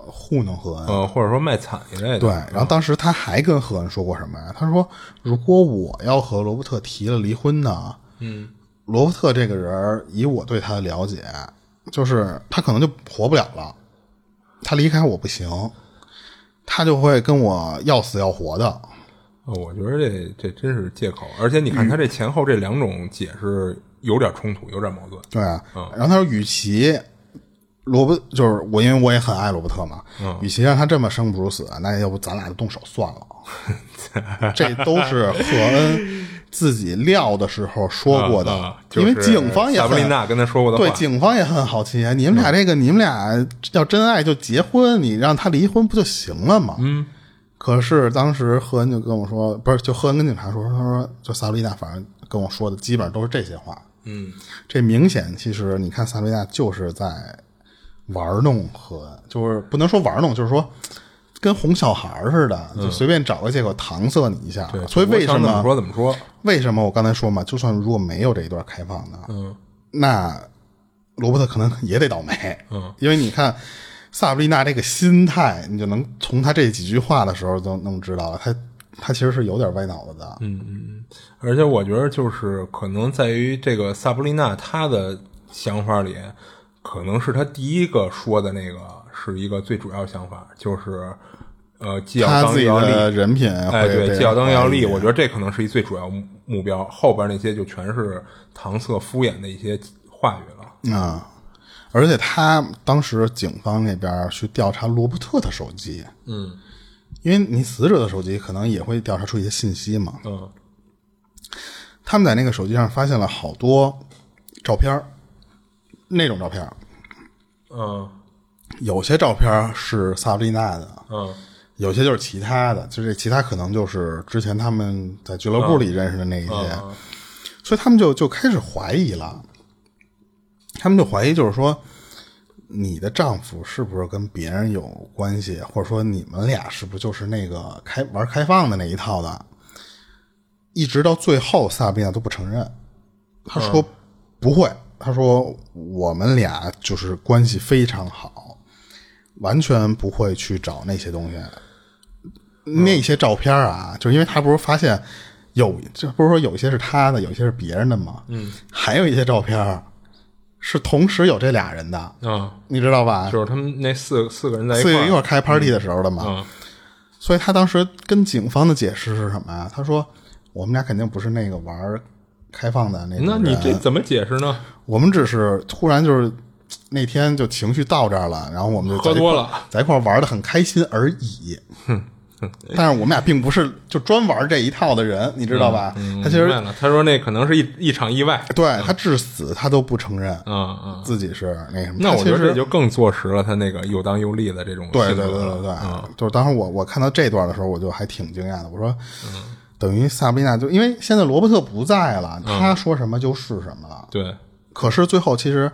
B: 糊弄和恩
C: 的，呃，或者说卖惨一类的。
B: 对，然后当时他还跟何恩说过什么呀？他说，如果我要和罗伯特提了离婚呢，嗯，罗伯特这个人儿，以我对他的了解，就是他可能就活不了了，他离开我不行，他就会跟我要死要活的。
C: 呃，我觉得这这真是借口，而且你
B: 嗯
C: 看他这前后这两种解释有点冲突，有点矛盾。
B: 对，啊
C: 嗯
B: 然后他说，与其罗伯就是我，因为我也很爱罗伯特嘛，
C: 嗯
B: 与其让他这么生不如死，那要不咱俩就动手算了。
C: [laughs]
B: 这都是赫恩自己料的时候说过的，
C: 啊啊就是
B: 因为警方也
C: 萨布
B: 很
C: 丽娜跟他说过的话，嗯
B: 对警方也很好奇啊。你们俩这个，你们俩要真爱就结婚，你让他离婚不就行了吗？嗯。可是当时赫恩就跟我说，不是，就赫恩跟警察说，他说就萨布丽娜，反正跟我说的基本上都是这些话。
C: 嗯，
B: 这明显其实你看萨维亚就是在玩弄和，就是不能说玩弄，就是说跟哄小孩儿似的，就随便找个借口搿塞你一下。
C: 嗯对，
B: 所以为什
C: 我想怎么
B: 么
C: 说怎么说？
B: 为什么我刚才说嘛，就算如果没有这一段开放的，嗯，那罗伯特可能也得倒霉，
C: 嗯，
B: 因为你看。萨布丽娜这个心态，你就能从她这几句话的时候都能知道了，她她其实是有点歪脑子的。嗯，
C: 而且我觉得就是可能在于这个萨布丽娜她的想法里，可能是她第一个说的那个是一个最主要的想法，就是呃既要
B: 她
C: 当
B: 自己
C: 又要
B: 的
C: 立，
B: 人品
C: 哎
B: 会被
C: 对，
B: 人
C: 既要当又要
B: 怀疑
C: 立，我觉得这可能是一最主要目目标，后边那些就全是搪塞敷衍的一些话语了。
B: 啊、而且他当时警方那边去调查罗伯特的手机，
C: 嗯
B: 因为你死者的手机可能也会调查出一些信息嘛。
C: 嗯
B: 他们在那个手机上发现了好多照片儿，那种照片儿，
C: 嗯
B: 有些照片儿是萨布丽娜的，
C: 嗯
B: 有些就是其他的，就这其他可能就是之前他们在俱乐部里认识的那一些，所以他们就就开始怀疑了，他们就怀疑就是说，你的丈夫是不是跟别人有关系，或者说你们俩是不是就是那个开玩开放的那一套的？一直到最后，萨宾娜都不承认，他说不会，他说我们俩就是关系非常好，完全不会去找那些东西。
C: 嗯
B: 那些照片啊，就是因为他不是发现有，这不是说有一些是他的，有一些是别人的嘛。嗯，还有一些照片是同时有这俩人的，
C: 嗯，
B: 你知道吧？
C: 就是他们那四四个人在一
B: 四
C: 块
B: 月一会
C: 儿，
B: 儿开 party 的时候的嘛。
C: 嗯
B: 所以他当时跟警方的解释是什么呀、他说我们俩肯定不是那个玩儿开放的那种
C: 哎那你
B: 人
C: 这怎么解释呢？
B: 我们只是突然就是那天就情绪到这儿了，然后我们就在
C: 喝多了
B: 一块儿在一块儿玩的很开心而已。
C: 哎
B: 但是我们俩并不是就专玩这一套的人，你知道吧？他其
C: 嗯明
B: 实
C: 白了，他说那可能是一一场意外。
B: 对他至死他都不承认
C: 嗯嗯，
B: 自己是那什么。
C: 那
B: 他
C: 我觉得
B: 其实
C: 这就更坐实了他那个又当又立的这种
B: 对
C: 性
B: 对
C: 格
B: 对对
C: 了
B: 对
C: 嗯，嗯
B: 就是当时我我看到这段的时候，我就还挺惊讶的。我说，等于萨布丽娜就因为现在罗伯特不在了，他说什么就是什么了。
C: 对，
B: 可是最后其实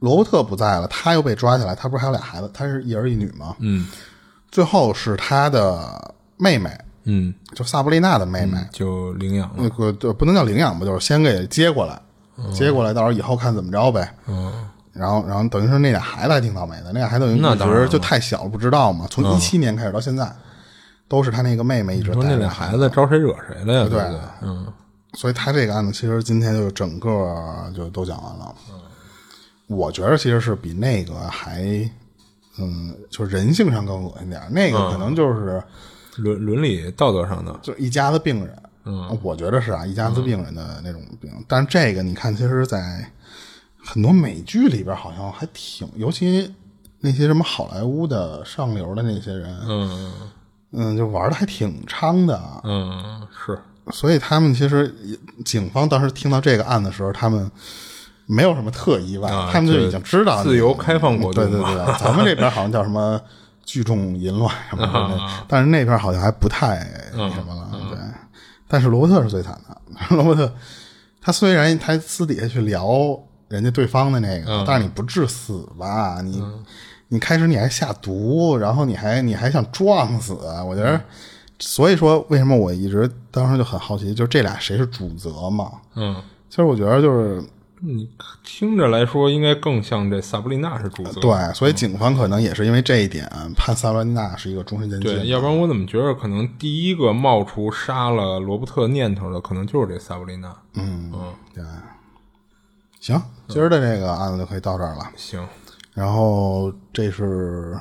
B: 罗伯特不在了，他又被抓起来，他不是还有俩孩子，他是一儿一女吗？
C: 嗯
B: 最后是他的妹妹，
C: 嗯，
B: 就萨布丽娜的妹妹，
C: 就领养了
B: 那，个对不能叫领养吧，就是先给接过来，
C: 哦
B: 接过来，到时候以后看怎么着呗。
C: 嗯，
B: 然后，然后等于说那俩孩子还挺倒霉的，那俩孩子等于
C: 那
B: 一
C: 当然了嗯
B: 直就太小了，不知道嘛。从一七年开始到现在，都是他那个妹妹一直
C: 说
B: 带
C: 那
B: 着
C: 俩
B: 孩
C: 孩子招谁惹谁了
B: 对
C: 呀？对不对？嗯
B: 所以他这个案子其实今天就整个就都讲完了。
C: 嗯
B: 我觉得其实是比那个还，嗯，就是人性上更恶心点儿。那
C: 嗯
B: 个可能就是、
C: 伦伦理道德上的，
B: 就是一家子病人，嗯，我觉得是啊，一家子病人的那种病。但是这个你看，其实，在很多美剧里边好像还挺，尤其那些什么好莱坞的上流的那些人，
C: 嗯
B: 嗯，就玩的还挺猖的。啊
C: 嗯，是
B: 所以他们其实警方当时听到这个案的时候，他们没有什么特意外，
C: 啊
B: 他们就已经知道那个
C: 自由开放国度
B: 对
C: 嘛
B: 对对，对咱们这边好像叫什么聚众淫乱什么的，
C: 啊
B: 但是那边好像还不太
C: 嗯
B: 那什么了。对，但是罗伯特是最惨的，罗伯特他虽然他私底下去聊人家对方的那个，
C: 嗯
B: 但是你不致死吧？你、你开始你还下毒，然后你还你还想撞死，啊我
C: 嗯
B: 觉得。所以说，为什么我一直当时就很好奇，就这俩谁是主责嘛？
C: 嗯。
B: 其实我觉得就是
C: 你听着来说，应该更像这萨布丽娜是主责，嗯
B: 对，所以警方可能也是因为这一点判萨罗尼娜是一个终身监禁。
C: 对，要不然我怎么觉得可能第一个冒出杀了罗伯特念头的，可能就是这萨布丽娜。
B: 对，行，今儿的这个案子就可以到这儿了。
C: 行，
B: 然后这是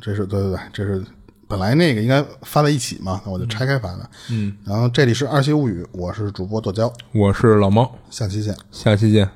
B: 这是对对对，这是本来那个应该发在一起嘛，那我就拆开发的。
C: 嗯
B: 嗯，然后这里是《二期物语》，我是主播剁椒，
C: 我是老猫，
B: 下期见。
C: 下期见。